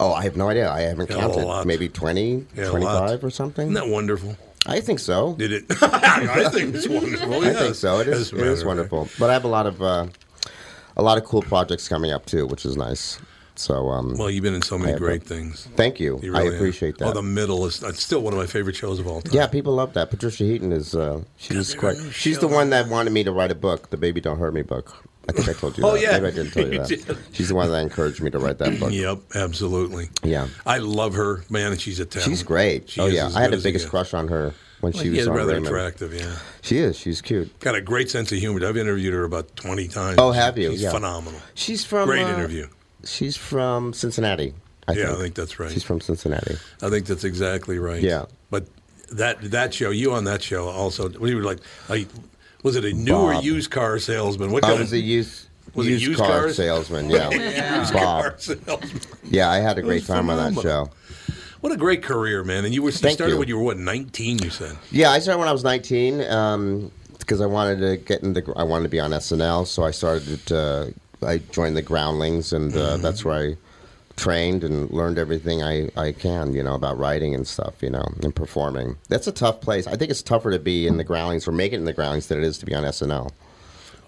[SPEAKER 2] Oh, I have no idea. I haven't
[SPEAKER 5] Yeah, a
[SPEAKER 2] counted.
[SPEAKER 5] lot.
[SPEAKER 2] Maybe 20,
[SPEAKER 5] Yeah, a lot.
[SPEAKER 2] 25 or something.
[SPEAKER 5] Isn't that wonderful?
[SPEAKER 2] I think so.
[SPEAKER 5] Did it? I think it's wonderful.
[SPEAKER 2] I think
[SPEAKER 5] yes.
[SPEAKER 2] so. It
[SPEAKER 5] As
[SPEAKER 2] is,
[SPEAKER 5] a
[SPEAKER 2] it
[SPEAKER 5] matter
[SPEAKER 2] is
[SPEAKER 5] of
[SPEAKER 2] wonderful. But I have a lot of uh, a lot of cool projects coming up too, which is nice. So um,
[SPEAKER 5] Well, you've been in so
[SPEAKER 2] I
[SPEAKER 5] many
[SPEAKER 2] have
[SPEAKER 5] great
[SPEAKER 2] a-
[SPEAKER 5] things.
[SPEAKER 2] Thank you.
[SPEAKER 5] You
[SPEAKER 2] I
[SPEAKER 5] really have.
[SPEAKER 2] appreciate
[SPEAKER 5] Oh,
[SPEAKER 2] that.
[SPEAKER 5] The Middle is it's still one of my favorite shows of all time.
[SPEAKER 2] yeah, people love that. Patricia Heaton is uh, she's quite. She's the one that wanted me to write a book, the Baby Don't Hurt Me book. I think I told you.
[SPEAKER 5] Oh,
[SPEAKER 2] that.
[SPEAKER 5] yeah.
[SPEAKER 2] maybe I didn't tell you,
[SPEAKER 5] You
[SPEAKER 2] that.
[SPEAKER 5] did.
[SPEAKER 2] She's the one that encouraged me to write that book.
[SPEAKER 5] Yep, absolutely.
[SPEAKER 2] Yeah.
[SPEAKER 5] I love her, man. and She's a talent.
[SPEAKER 2] She's great.
[SPEAKER 5] She
[SPEAKER 2] oh
[SPEAKER 5] is
[SPEAKER 2] yeah,
[SPEAKER 5] as
[SPEAKER 2] I had
[SPEAKER 5] good
[SPEAKER 2] the
[SPEAKER 5] as they
[SPEAKER 2] biggest
[SPEAKER 5] get.
[SPEAKER 2] crush on her when
[SPEAKER 5] Well,
[SPEAKER 2] she
[SPEAKER 5] yeah,
[SPEAKER 2] was on
[SPEAKER 5] rather
[SPEAKER 2] Raymond.
[SPEAKER 5] attractive. Yeah,
[SPEAKER 2] She is. She's cute.
[SPEAKER 5] got a great sense of humor. I've interviewed her about twenty times.
[SPEAKER 2] Oh, have you?
[SPEAKER 5] She's
[SPEAKER 2] Yeah.
[SPEAKER 5] phenomenal.
[SPEAKER 2] She's from
[SPEAKER 5] Great
[SPEAKER 2] uh,
[SPEAKER 5] interview.
[SPEAKER 2] She's from Cincinnati. I
[SPEAKER 5] Yeah, I
[SPEAKER 2] think.
[SPEAKER 5] think that's right.
[SPEAKER 2] She's from Cincinnati.
[SPEAKER 5] I think that's exactly right.
[SPEAKER 2] Yeah.
[SPEAKER 5] but that that show, you on that show also. We were like, like was it a new or
[SPEAKER 2] Bob.
[SPEAKER 5] used car salesman? What
[SPEAKER 2] I
[SPEAKER 5] kind
[SPEAKER 2] was
[SPEAKER 5] of-
[SPEAKER 2] a used,
[SPEAKER 5] was it
[SPEAKER 2] used,
[SPEAKER 5] used
[SPEAKER 2] car
[SPEAKER 5] cars?
[SPEAKER 2] salesman. Yeah,
[SPEAKER 5] Used
[SPEAKER 2] Bob.
[SPEAKER 5] car salesman.
[SPEAKER 2] Yeah, I had a
[SPEAKER 5] It
[SPEAKER 2] great
[SPEAKER 5] was
[SPEAKER 2] time on that
[SPEAKER 5] phenomenal.
[SPEAKER 2] show.
[SPEAKER 5] What a great career, man! And you were you
[SPEAKER 2] Thank
[SPEAKER 5] started
[SPEAKER 2] you.
[SPEAKER 5] when you were what nineteen? You said.
[SPEAKER 2] Yeah, I started when I was 19 because I wanted to get in the. gr- I wanted to be on SNL, so I started. Uh, I joined the Groundlings, and uh,
[SPEAKER 5] Mm-hmm.
[SPEAKER 2] that's where I trained and learned everything I, I can, you know, about writing and stuff, you know, and performing. That's a tough place. I think it's tougher to be in the Groundlings or make it in the Groundlings than it is to be on SNL.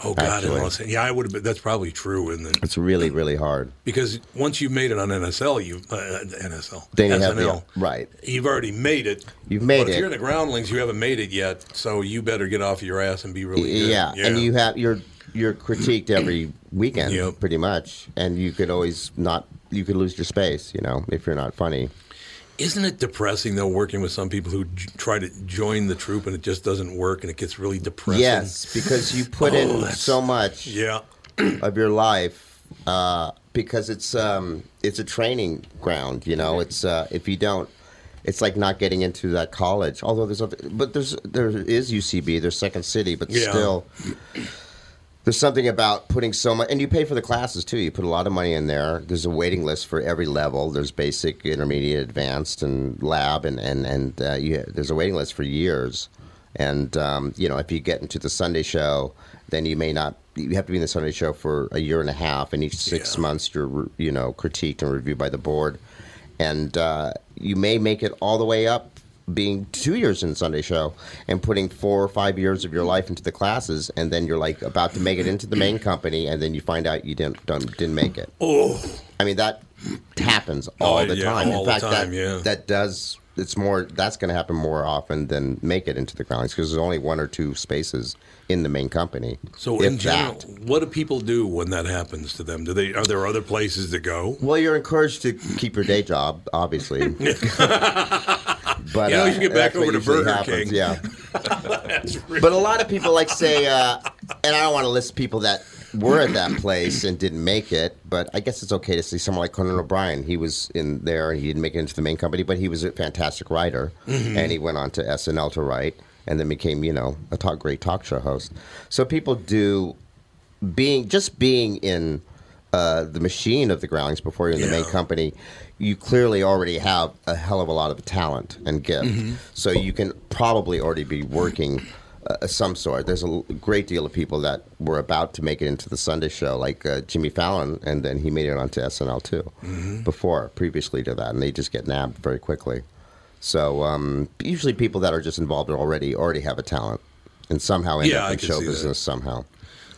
[SPEAKER 5] Oh God, in
[SPEAKER 2] Actually.
[SPEAKER 5] Los Angeles. Yeah, I would have. been That's probably true. And then
[SPEAKER 2] It's really, really hard.
[SPEAKER 5] because once you've made it on NSL, you uh, NSL,
[SPEAKER 2] Then you have the- uh,
[SPEAKER 5] SNL,
[SPEAKER 2] right.
[SPEAKER 5] You've already made it.
[SPEAKER 2] You've made
[SPEAKER 5] but If
[SPEAKER 2] it.
[SPEAKER 5] you're in the groundlings, you haven't made it yet. So you better get off your ass and be really good.
[SPEAKER 2] yeah, and you have you're you're critiqued every weekend, pretty much, and you could always not you could lose your space, you know, if you're not funny.
[SPEAKER 5] Isn't it depressing though working with some people who j- try to join the troupe and it just doesn't work and it gets really depressing?
[SPEAKER 2] Yes, because you put
[SPEAKER 5] Oh,
[SPEAKER 2] in
[SPEAKER 5] that's-
[SPEAKER 2] so much
[SPEAKER 5] yeah.
[SPEAKER 2] of your life uh, because it's um, it's a training ground. You know, it's uh, if you don't, it's like not getting into that college. Although there's other, but there's there is UCB, there's Second City, but
[SPEAKER 5] Yeah.
[SPEAKER 2] still. There's something about putting so much, and you pay for the classes too. You put a lot of money in there. There's a waiting list for every level. There's basic, intermediate, advanced, and lab, and and and uh, you, there's a waiting list for years. And um, you know, if you get into the Sunday show, then you may not. You have to be in the Sunday show for a year and a half, and each six months you're re- you know critiqued and reviewed by the board, and uh, you may make it all the way up being two years in Sunday show and putting four or five years of your life into the classes, and then you're like about to make it into the main company, and then you find out you didn't don't, didn't make it.
[SPEAKER 5] Oh,
[SPEAKER 2] I mean that happens all
[SPEAKER 5] Oh,
[SPEAKER 2] the
[SPEAKER 5] yeah,
[SPEAKER 2] time.
[SPEAKER 5] all
[SPEAKER 2] in
[SPEAKER 5] the
[SPEAKER 2] fact,
[SPEAKER 5] time,
[SPEAKER 2] that
[SPEAKER 5] yeah.
[SPEAKER 2] that does it's more that's going to happen more often than make it into the groundlings because there's only one or two spaces in the main company.
[SPEAKER 5] So
[SPEAKER 2] if
[SPEAKER 5] in
[SPEAKER 2] that.
[SPEAKER 5] general, what do people do when that happens to them? Do they are there other places to go?
[SPEAKER 2] Well, you're encouraged to keep your day job, obviously. but
[SPEAKER 5] You know, you should get back
[SPEAKER 2] that's what
[SPEAKER 5] over to
[SPEAKER 2] usually
[SPEAKER 5] Burger
[SPEAKER 2] happens,
[SPEAKER 5] King.
[SPEAKER 2] Yeah. But a lot of people like say, uh, and I don't want to list people that were at that place and didn't make it. But I guess it's okay to see someone like Conan O'Brien. He was in there and he didn't make it into the main company, but he was a fantastic writer,
[SPEAKER 5] Mm-hmm.
[SPEAKER 8] Mhm.
[SPEAKER 2] and he went on to SNL to write, and then became you know a talk, great talk show host. So people do being just being in uh, the machine of the groundlings before you're in the main company, you clearly already have a hell of a lot of talent and gift.
[SPEAKER 5] Mm-hmm.
[SPEAKER 9] Mhm.
[SPEAKER 2] So you can probably already be working uh, some sort. There's a l- great deal of people that were about to make it into the Sunday show, like uh, Jimmy Fallon, and then he made it onto SNL too
[SPEAKER 5] Mm-hmm.
[SPEAKER 9] Mhm.
[SPEAKER 2] before, previously to that, and they just get nabbed very quickly. So um, usually people that are just involved already already have a talent and somehow end
[SPEAKER 5] Yeah,
[SPEAKER 2] up
[SPEAKER 5] I
[SPEAKER 2] in
[SPEAKER 5] can
[SPEAKER 2] show
[SPEAKER 5] see that.
[SPEAKER 2] business somehow.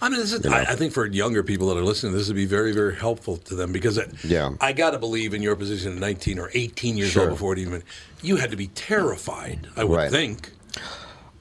[SPEAKER 5] I mean, this is,
[SPEAKER 2] You know.
[SPEAKER 5] I, I think for younger people that are listening, this would be very, very helpful to them because it,
[SPEAKER 2] Yeah.
[SPEAKER 5] I got to believe in your position at 19 or 18 years
[SPEAKER 2] Sure.
[SPEAKER 5] old before it even, you had to be terrified, I would
[SPEAKER 2] Right.
[SPEAKER 5] think.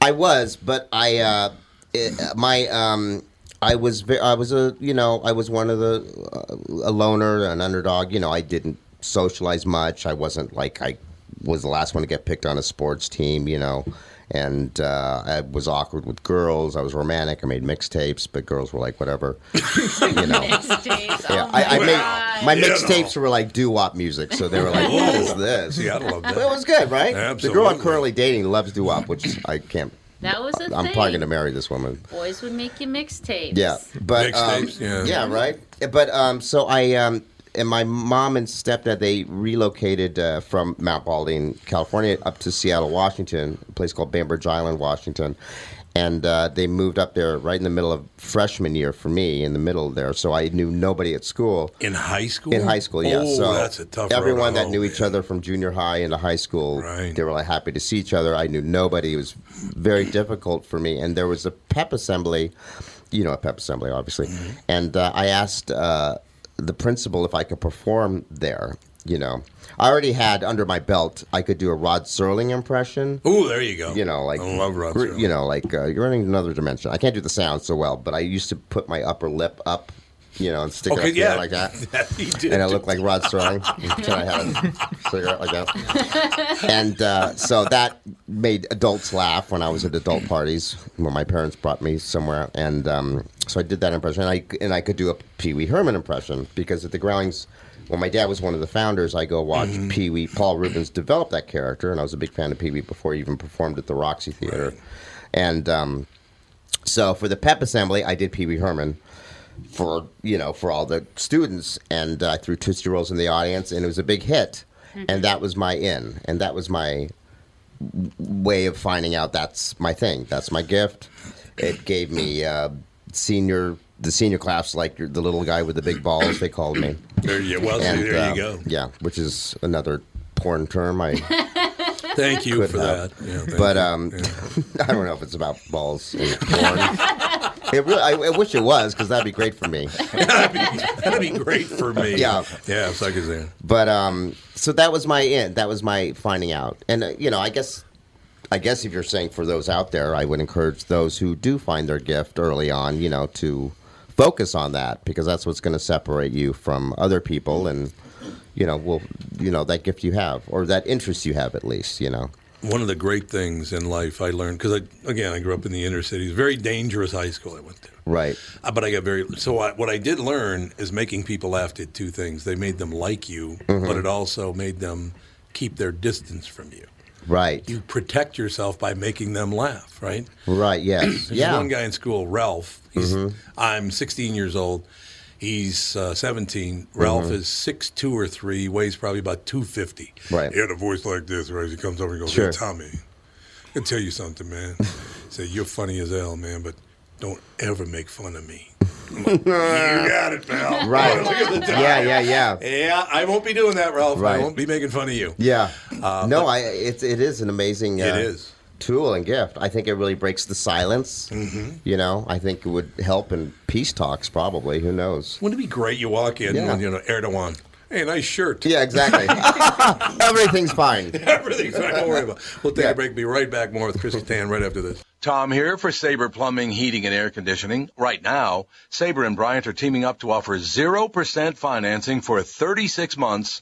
[SPEAKER 2] I was, but I uh, it, my um, I was ve- I was a you know I was one of the uh, a loner, an underdog. You know, I didn't socialize much. I wasn't like I was the last one to get picked on a sports team. You know. And uh, I was awkward with girls. I was romantic. I made mixtapes, but girls were like, whatever. you know.
[SPEAKER 6] Mixtapes.
[SPEAKER 2] Yeah,
[SPEAKER 6] Oh
[SPEAKER 2] I, I
[SPEAKER 6] my
[SPEAKER 2] made
[SPEAKER 6] God.
[SPEAKER 2] my mixtapes were like doo wop music, so they were like, "What is this?"
[SPEAKER 5] Yeah, I love that.
[SPEAKER 2] But it was good, right? The girl I'm
[SPEAKER 5] Absolutely.
[SPEAKER 2] currently dating loves doo wop, which I can't.
[SPEAKER 6] That was a
[SPEAKER 2] I'm
[SPEAKER 6] thing.
[SPEAKER 2] probably going to marry this woman.
[SPEAKER 6] Boys would make you mixtapes.
[SPEAKER 2] Yeah, but um,
[SPEAKER 5] Mixtapes, yeah.
[SPEAKER 2] right. But um, so I um, and my mom and stepdad they relocated uh, from Mount Balding, California, up to Seattle, Washington, a place called Bainbridge Island, Washington, and uh, they moved up there right in the middle of freshman year for me, in the middle there. So I knew nobody at school.
[SPEAKER 5] In high school?
[SPEAKER 2] In high school, yeah.
[SPEAKER 5] Oh,
[SPEAKER 2] so
[SPEAKER 5] that's a tough road
[SPEAKER 2] Everyone
[SPEAKER 5] to
[SPEAKER 2] that
[SPEAKER 5] hoe,
[SPEAKER 2] knew each other from junior high into high school, they were like happy to see each other. I knew nobody. It was very difficult for me. And there was a pep assembly, you know, a pep assembly, obviously.
[SPEAKER 5] Mm-hmm.
[SPEAKER 2] And uh, I asked uh, the principal if I could perform there. You know, I already had under my belt. I could do a Rod Serling impression.
[SPEAKER 5] Ooh, there you go.
[SPEAKER 2] You know, like
[SPEAKER 5] I love Rod
[SPEAKER 2] gr- You know, like uh, you're running another dimension. I can't do the sound so well, but I used to put my upper lip up, you know, and stick it
[SPEAKER 5] Okay,
[SPEAKER 2] up there
[SPEAKER 5] yeah.
[SPEAKER 2] like that
[SPEAKER 5] He did.
[SPEAKER 2] and I looked like Rod Serling until I had a cigarette like that. And uh, so that made adults laugh when I was at adult parties when my parents brought me somewhere, and um, so I did that impression. And I and I could do a Pee Wee Herman impression because at the Growlings. When my dad was one of the founders, I go watch Pee Wee. Paul Rubens develop that character, and I was a big fan of Pee Wee before he even performed at the Roxy Theater. And um, so for the pep assembly, I did Pee Wee Herman for you know for all the students, and I threw Tootsie Rolls in the audience, and it was a big hit. And that was my in, and that was my w- way of finding out that's my thing, that's my gift. It gave me uh, senior the senior class like the little guy with the big balls they called me. uh,
[SPEAKER 5] There you- well, see, there you go.
[SPEAKER 2] Yeah, which is another porn term. I
[SPEAKER 5] Thank you
[SPEAKER 2] could
[SPEAKER 5] for
[SPEAKER 2] have.
[SPEAKER 5] that. Yeah, thank
[SPEAKER 2] but
[SPEAKER 5] you.
[SPEAKER 2] um, I don't know if it's about balls and porn. it really, I, I wish it was because that'd be great for me.
[SPEAKER 5] That'd be great for me.
[SPEAKER 2] Yeah.
[SPEAKER 5] Yeah, so I could say.
[SPEAKER 2] But um, so that was my end. That was my finding out. And uh, you know, I guess, I guess if you're saying for those out there, I would encourage those who do find their gift early on, you know, to focus on that because that's what's going to separate you from other people, and you know, will you know that gift you have or that interest you have at least, you know.
[SPEAKER 5] One of the great things in life I learned, because I, again, I grew up in the inner city, It was a very dangerous high school I went to.
[SPEAKER 2] Right.
[SPEAKER 5] Uh, but I got very so. I, what I did learn is making people laugh did two things. They made them like you,
[SPEAKER 2] Mhm.
[SPEAKER 5] but it also made them keep their distance from you.
[SPEAKER 2] Right.
[SPEAKER 5] You protect yourself by making them laugh, right?
[SPEAKER 2] Right. Yes.
[SPEAKER 5] There's
[SPEAKER 2] yeah.
[SPEAKER 5] one guy in school, Ralph. He's,
[SPEAKER 2] Mhm.
[SPEAKER 5] I'm 16 years old. He's uh, 17. Ralph
[SPEAKER 2] Mhm.
[SPEAKER 5] is six two or three. Weighs probably about 250.
[SPEAKER 2] Right.
[SPEAKER 5] He had a voice like this, right? He comes over and goes,
[SPEAKER 2] Sure.
[SPEAKER 5] "Hey, Tommy, I can tell you something, man. Say you're funny as hell, man, but don't ever make fun of me." I'm like, you got it, pal.
[SPEAKER 2] Right.
[SPEAKER 5] Look at the time.
[SPEAKER 2] Yeah, yeah, yeah.
[SPEAKER 5] Yeah, I won't be doing that, Ralph.
[SPEAKER 2] Right.
[SPEAKER 5] I won't be making fun of you.
[SPEAKER 2] Yeah. no,
[SPEAKER 5] Uh, but-
[SPEAKER 2] I it, it is an amazing uh,
[SPEAKER 5] It is.
[SPEAKER 2] tool and gift. I think it really breaks the silence.
[SPEAKER 5] Mhm.
[SPEAKER 2] You know, I think it would help in peace talks probably. Who knows?
[SPEAKER 5] Wouldn't it be great? You walk in,
[SPEAKER 2] Yeah.
[SPEAKER 5] and, you know, Erdogan. Hey, nice shirt.
[SPEAKER 2] Yeah, exactly. Everything's fine.
[SPEAKER 5] Everything's fine. Don't worry about it. We'll take a break. Be right back more with Chris Tan right after this. Tom here for Sabre Plumbing, Heating, and Air Conditioning. Right now, Sabre and Bryant are teaming up to offer 0% financing for 36 months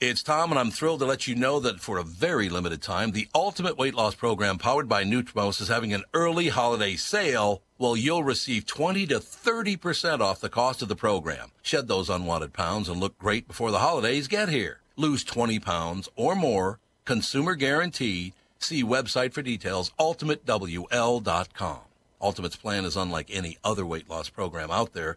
[SPEAKER 5] It's Tom, and I'm thrilled to let you know that for a very limited time, the Ultimate Weight Loss Program powered by Nutrimos is having an early holiday sale. Well, you'll receive 20 to 30% off the cost of the program. Shed those unwanted pounds and look great before the holidays get here. Lose 20 pounds or more. Consumer guarantee. See website for details, ultimatewl.com. Ultimate's plan is unlike any other weight loss program out there,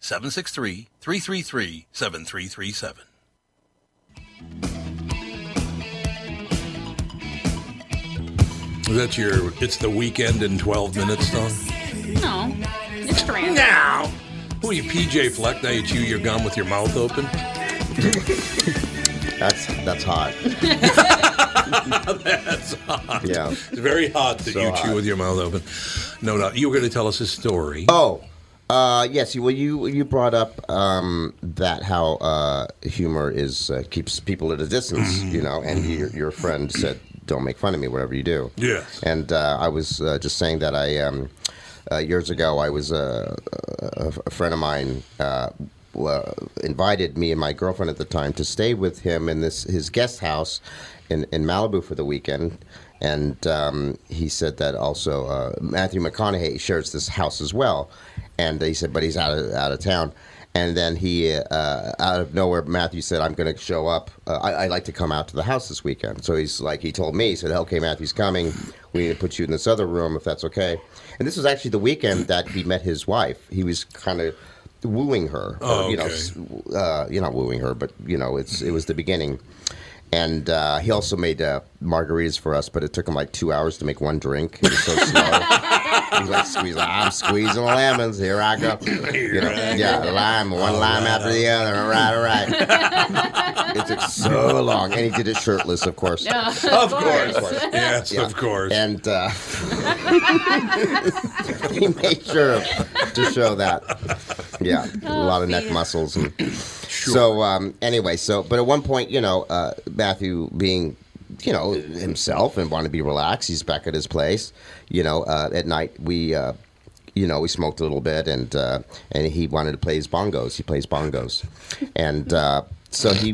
[SPEAKER 5] 763 333 7337. Is that your It's the Weekend in 12 Minutes song?
[SPEAKER 6] No, it's Duran.
[SPEAKER 5] Now! Who are you, PJ Fleck? Now you chew your gum with your mouth open?
[SPEAKER 2] That's that's hot.
[SPEAKER 5] That's hot.
[SPEAKER 2] Yeah.
[SPEAKER 5] It's very hot that
[SPEAKER 2] So
[SPEAKER 5] you chew
[SPEAKER 2] hot.
[SPEAKER 5] with your mouth open. No doubt. You were going to tell us a story.
[SPEAKER 2] Oh, uh, yes. you- Well, you you brought up um, that how uh, humor is uh, keeps people at a distance, you know. And your your friend said, "Don't make fun of me, whatever you do."
[SPEAKER 5] Yes.
[SPEAKER 2] And uh, I was uh, just saying that I um, uh, years ago I was uh, a, a friend of mine. Uh, well, invited me and my girlfriend at the time to stay with him in this his guest house in, in Malibu for the weekend, and um, he said that also uh, Matthew McConaughey shares this house as well, and he said, but he's out of out of town. And then he, uh, out of nowhere, Matthew said, "I'm going to show up. Uh, I, I'd like to come out to the house this weekend." So he's like, he told me, he said, "Okay, Matthew's coming. We need to put you in this other room if that's okay." And this was actually the weekend that he met his wife. He was kind of wooing her, or,
[SPEAKER 5] Oh,
[SPEAKER 2] you know,
[SPEAKER 5] okay.
[SPEAKER 2] s- uh, you're not wooing her, but you know, it's it was the beginning. And uh, he also made uh, margaritas for us, but it took him like two hours to make one drink. He was so slow. He's like, squeeze, I'm squeezing lemons. Here I go. You know, yeah, lime, one lime after the other. All right, all right. it took so long. And he did it shirtless, of course.
[SPEAKER 6] No,
[SPEAKER 5] Of course. Yes,
[SPEAKER 2] Yeah.
[SPEAKER 5] of course.
[SPEAKER 2] And uh, he made sure to show that. Yeah, a lot of neck
[SPEAKER 6] man.
[SPEAKER 2] muscles. And So um, anyway, so but at one point, you know, uh, Matthew being, you know, himself and wanting to be relaxed, he's back at his place. You know, uh, at night we. Uh, you know, we smoked a little bit, and uh, and he wanted to play his bongos. He plays bongos, and uh, so he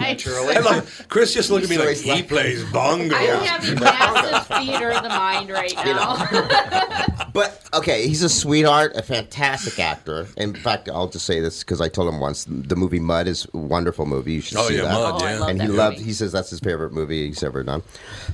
[SPEAKER 4] Naturally.
[SPEAKER 5] I love, Chris just looked at me
[SPEAKER 2] So
[SPEAKER 5] like,
[SPEAKER 2] he's
[SPEAKER 5] he
[SPEAKER 2] like-
[SPEAKER 5] plays bongo.
[SPEAKER 6] I'm having massive theater of the mind right now.
[SPEAKER 2] But okay, he's a sweetheart, a fantastic actor. In fact, I'll just say this because I told him once: the movie Mud is a wonderful movie. You should
[SPEAKER 5] Oh,
[SPEAKER 2] see
[SPEAKER 5] yeah,
[SPEAKER 2] that.
[SPEAKER 5] Mud,
[SPEAKER 6] Oh, I
[SPEAKER 5] yeah.
[SPEAKER 6] love
[SPEAKER 2] and
[SPEAKER 6] that
[SPEAKER 2] he loved.
[SPEAKER 6] movie.
[SPEAKER 2] He says that's his favorite movie he's ever done.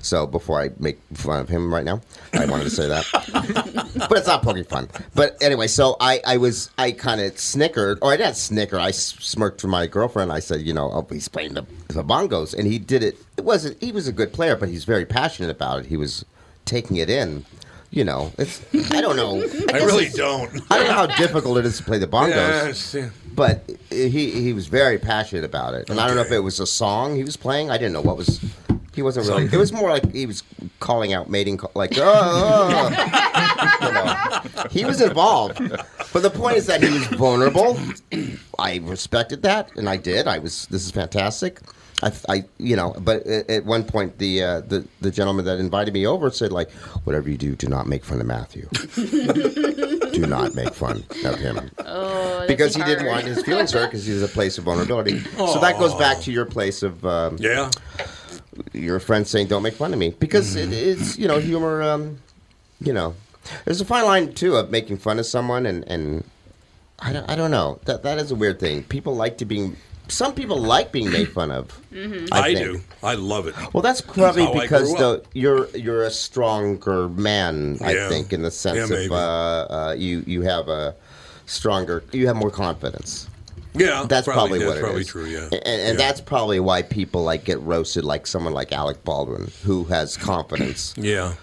[SPEAKER 2] So before I make fun of him right now, I wanted to say that. but it's not poking fun. But anyway, so I, I was I kind of snickered, or I didn't snicker. I s- smirked to my girlfriend. I said, you know, oh, he's playing the, the bongos, and he did it. It wasn't. He was a good player, but he's very passionate about it. He was taking it in. You know, it's I don't know.
[SPEAKER 5] I really don't.
[SPEAKER 2] I don't know how difficult it is to play the bongos,
[SPEAKER 5] Yes. yeah.
[SPEAKER 2] but he he was very passionate about it. And I don't know if
[SPEAKER 5] Okay.
[SPEAKER 2] it was a song he was playing. I didn't know what was. He wasn't really.
[SPEAKER 5] Something.
[SPEAKER 2] It was more like he was calling out mating, call, like oh. oh." You know, he was involved, but the point is that he was vulnerable. I respected that, and I did. I was. This is fantastic. I, I you know, but at at one point the uh, the the gentleman that invited me over said like, whatever you do, do not make fun of Matthew. do not make fun of him
[SPEAKER 6] Oh, that'd
[SPEAKER 2] because
[SPEAKER 6] be
[SPEAKER 2] he didn't
[SPEAKER 6] hard.
[SPEAKER 2] want his feelings hurt because he's a place of vulnerability. So that goes back to your place of um,
[SPEAKER 5] Yeah. Mm-hmm.
[SPEAKER 2] your friend saying, "Don't make fun of me," because it is you know humor. Um, you know, there's a fine line too of making fun of someone and and I don't, I don't know that that is a weird thing. People like to be some people like being made fun of.
[SPEAKER 6] Mhm.
[SPEAKER 5] I,
[SPEAKER 2] think.
[SPEAKER 5] do. I love it.
[SPEAKER 2] Well, that's probably
[SPEAKER 5] how I
[SPEAKER 2] because
[SPEAKER 5] grew
[SPEAKER 2] though
[SPEAKER 5] up.
[SPEAKER 2] you're you're a stronger man, I
[SPEAKER 5] Yeah.
[SPEAKER 2] think, in the
[SPEAKER 5] Yeah,
[SPEAKER 2] sense of
[SPEAKER 5] maybe.
[SPEAKER 2] uh, uh, you you have a stronger, you have more confidence.
[SPEAKER 5] Yeah,
[SPEAKER 2] that's probably,
[SPEAKER 5] probably-
[SPEAKER 2] what
[SPEAKER 5] that's
[SPEAKER 2] it
[SPEAKER 5] probably
[SPEAKER 2] is.
[SPEAKER 5] true, yeah.
[SPEAKER 2] and, and that's probably why people like get roasted, like someone like Alec Baldwin, who has confidence.
[SPEAKER 5] Yeah.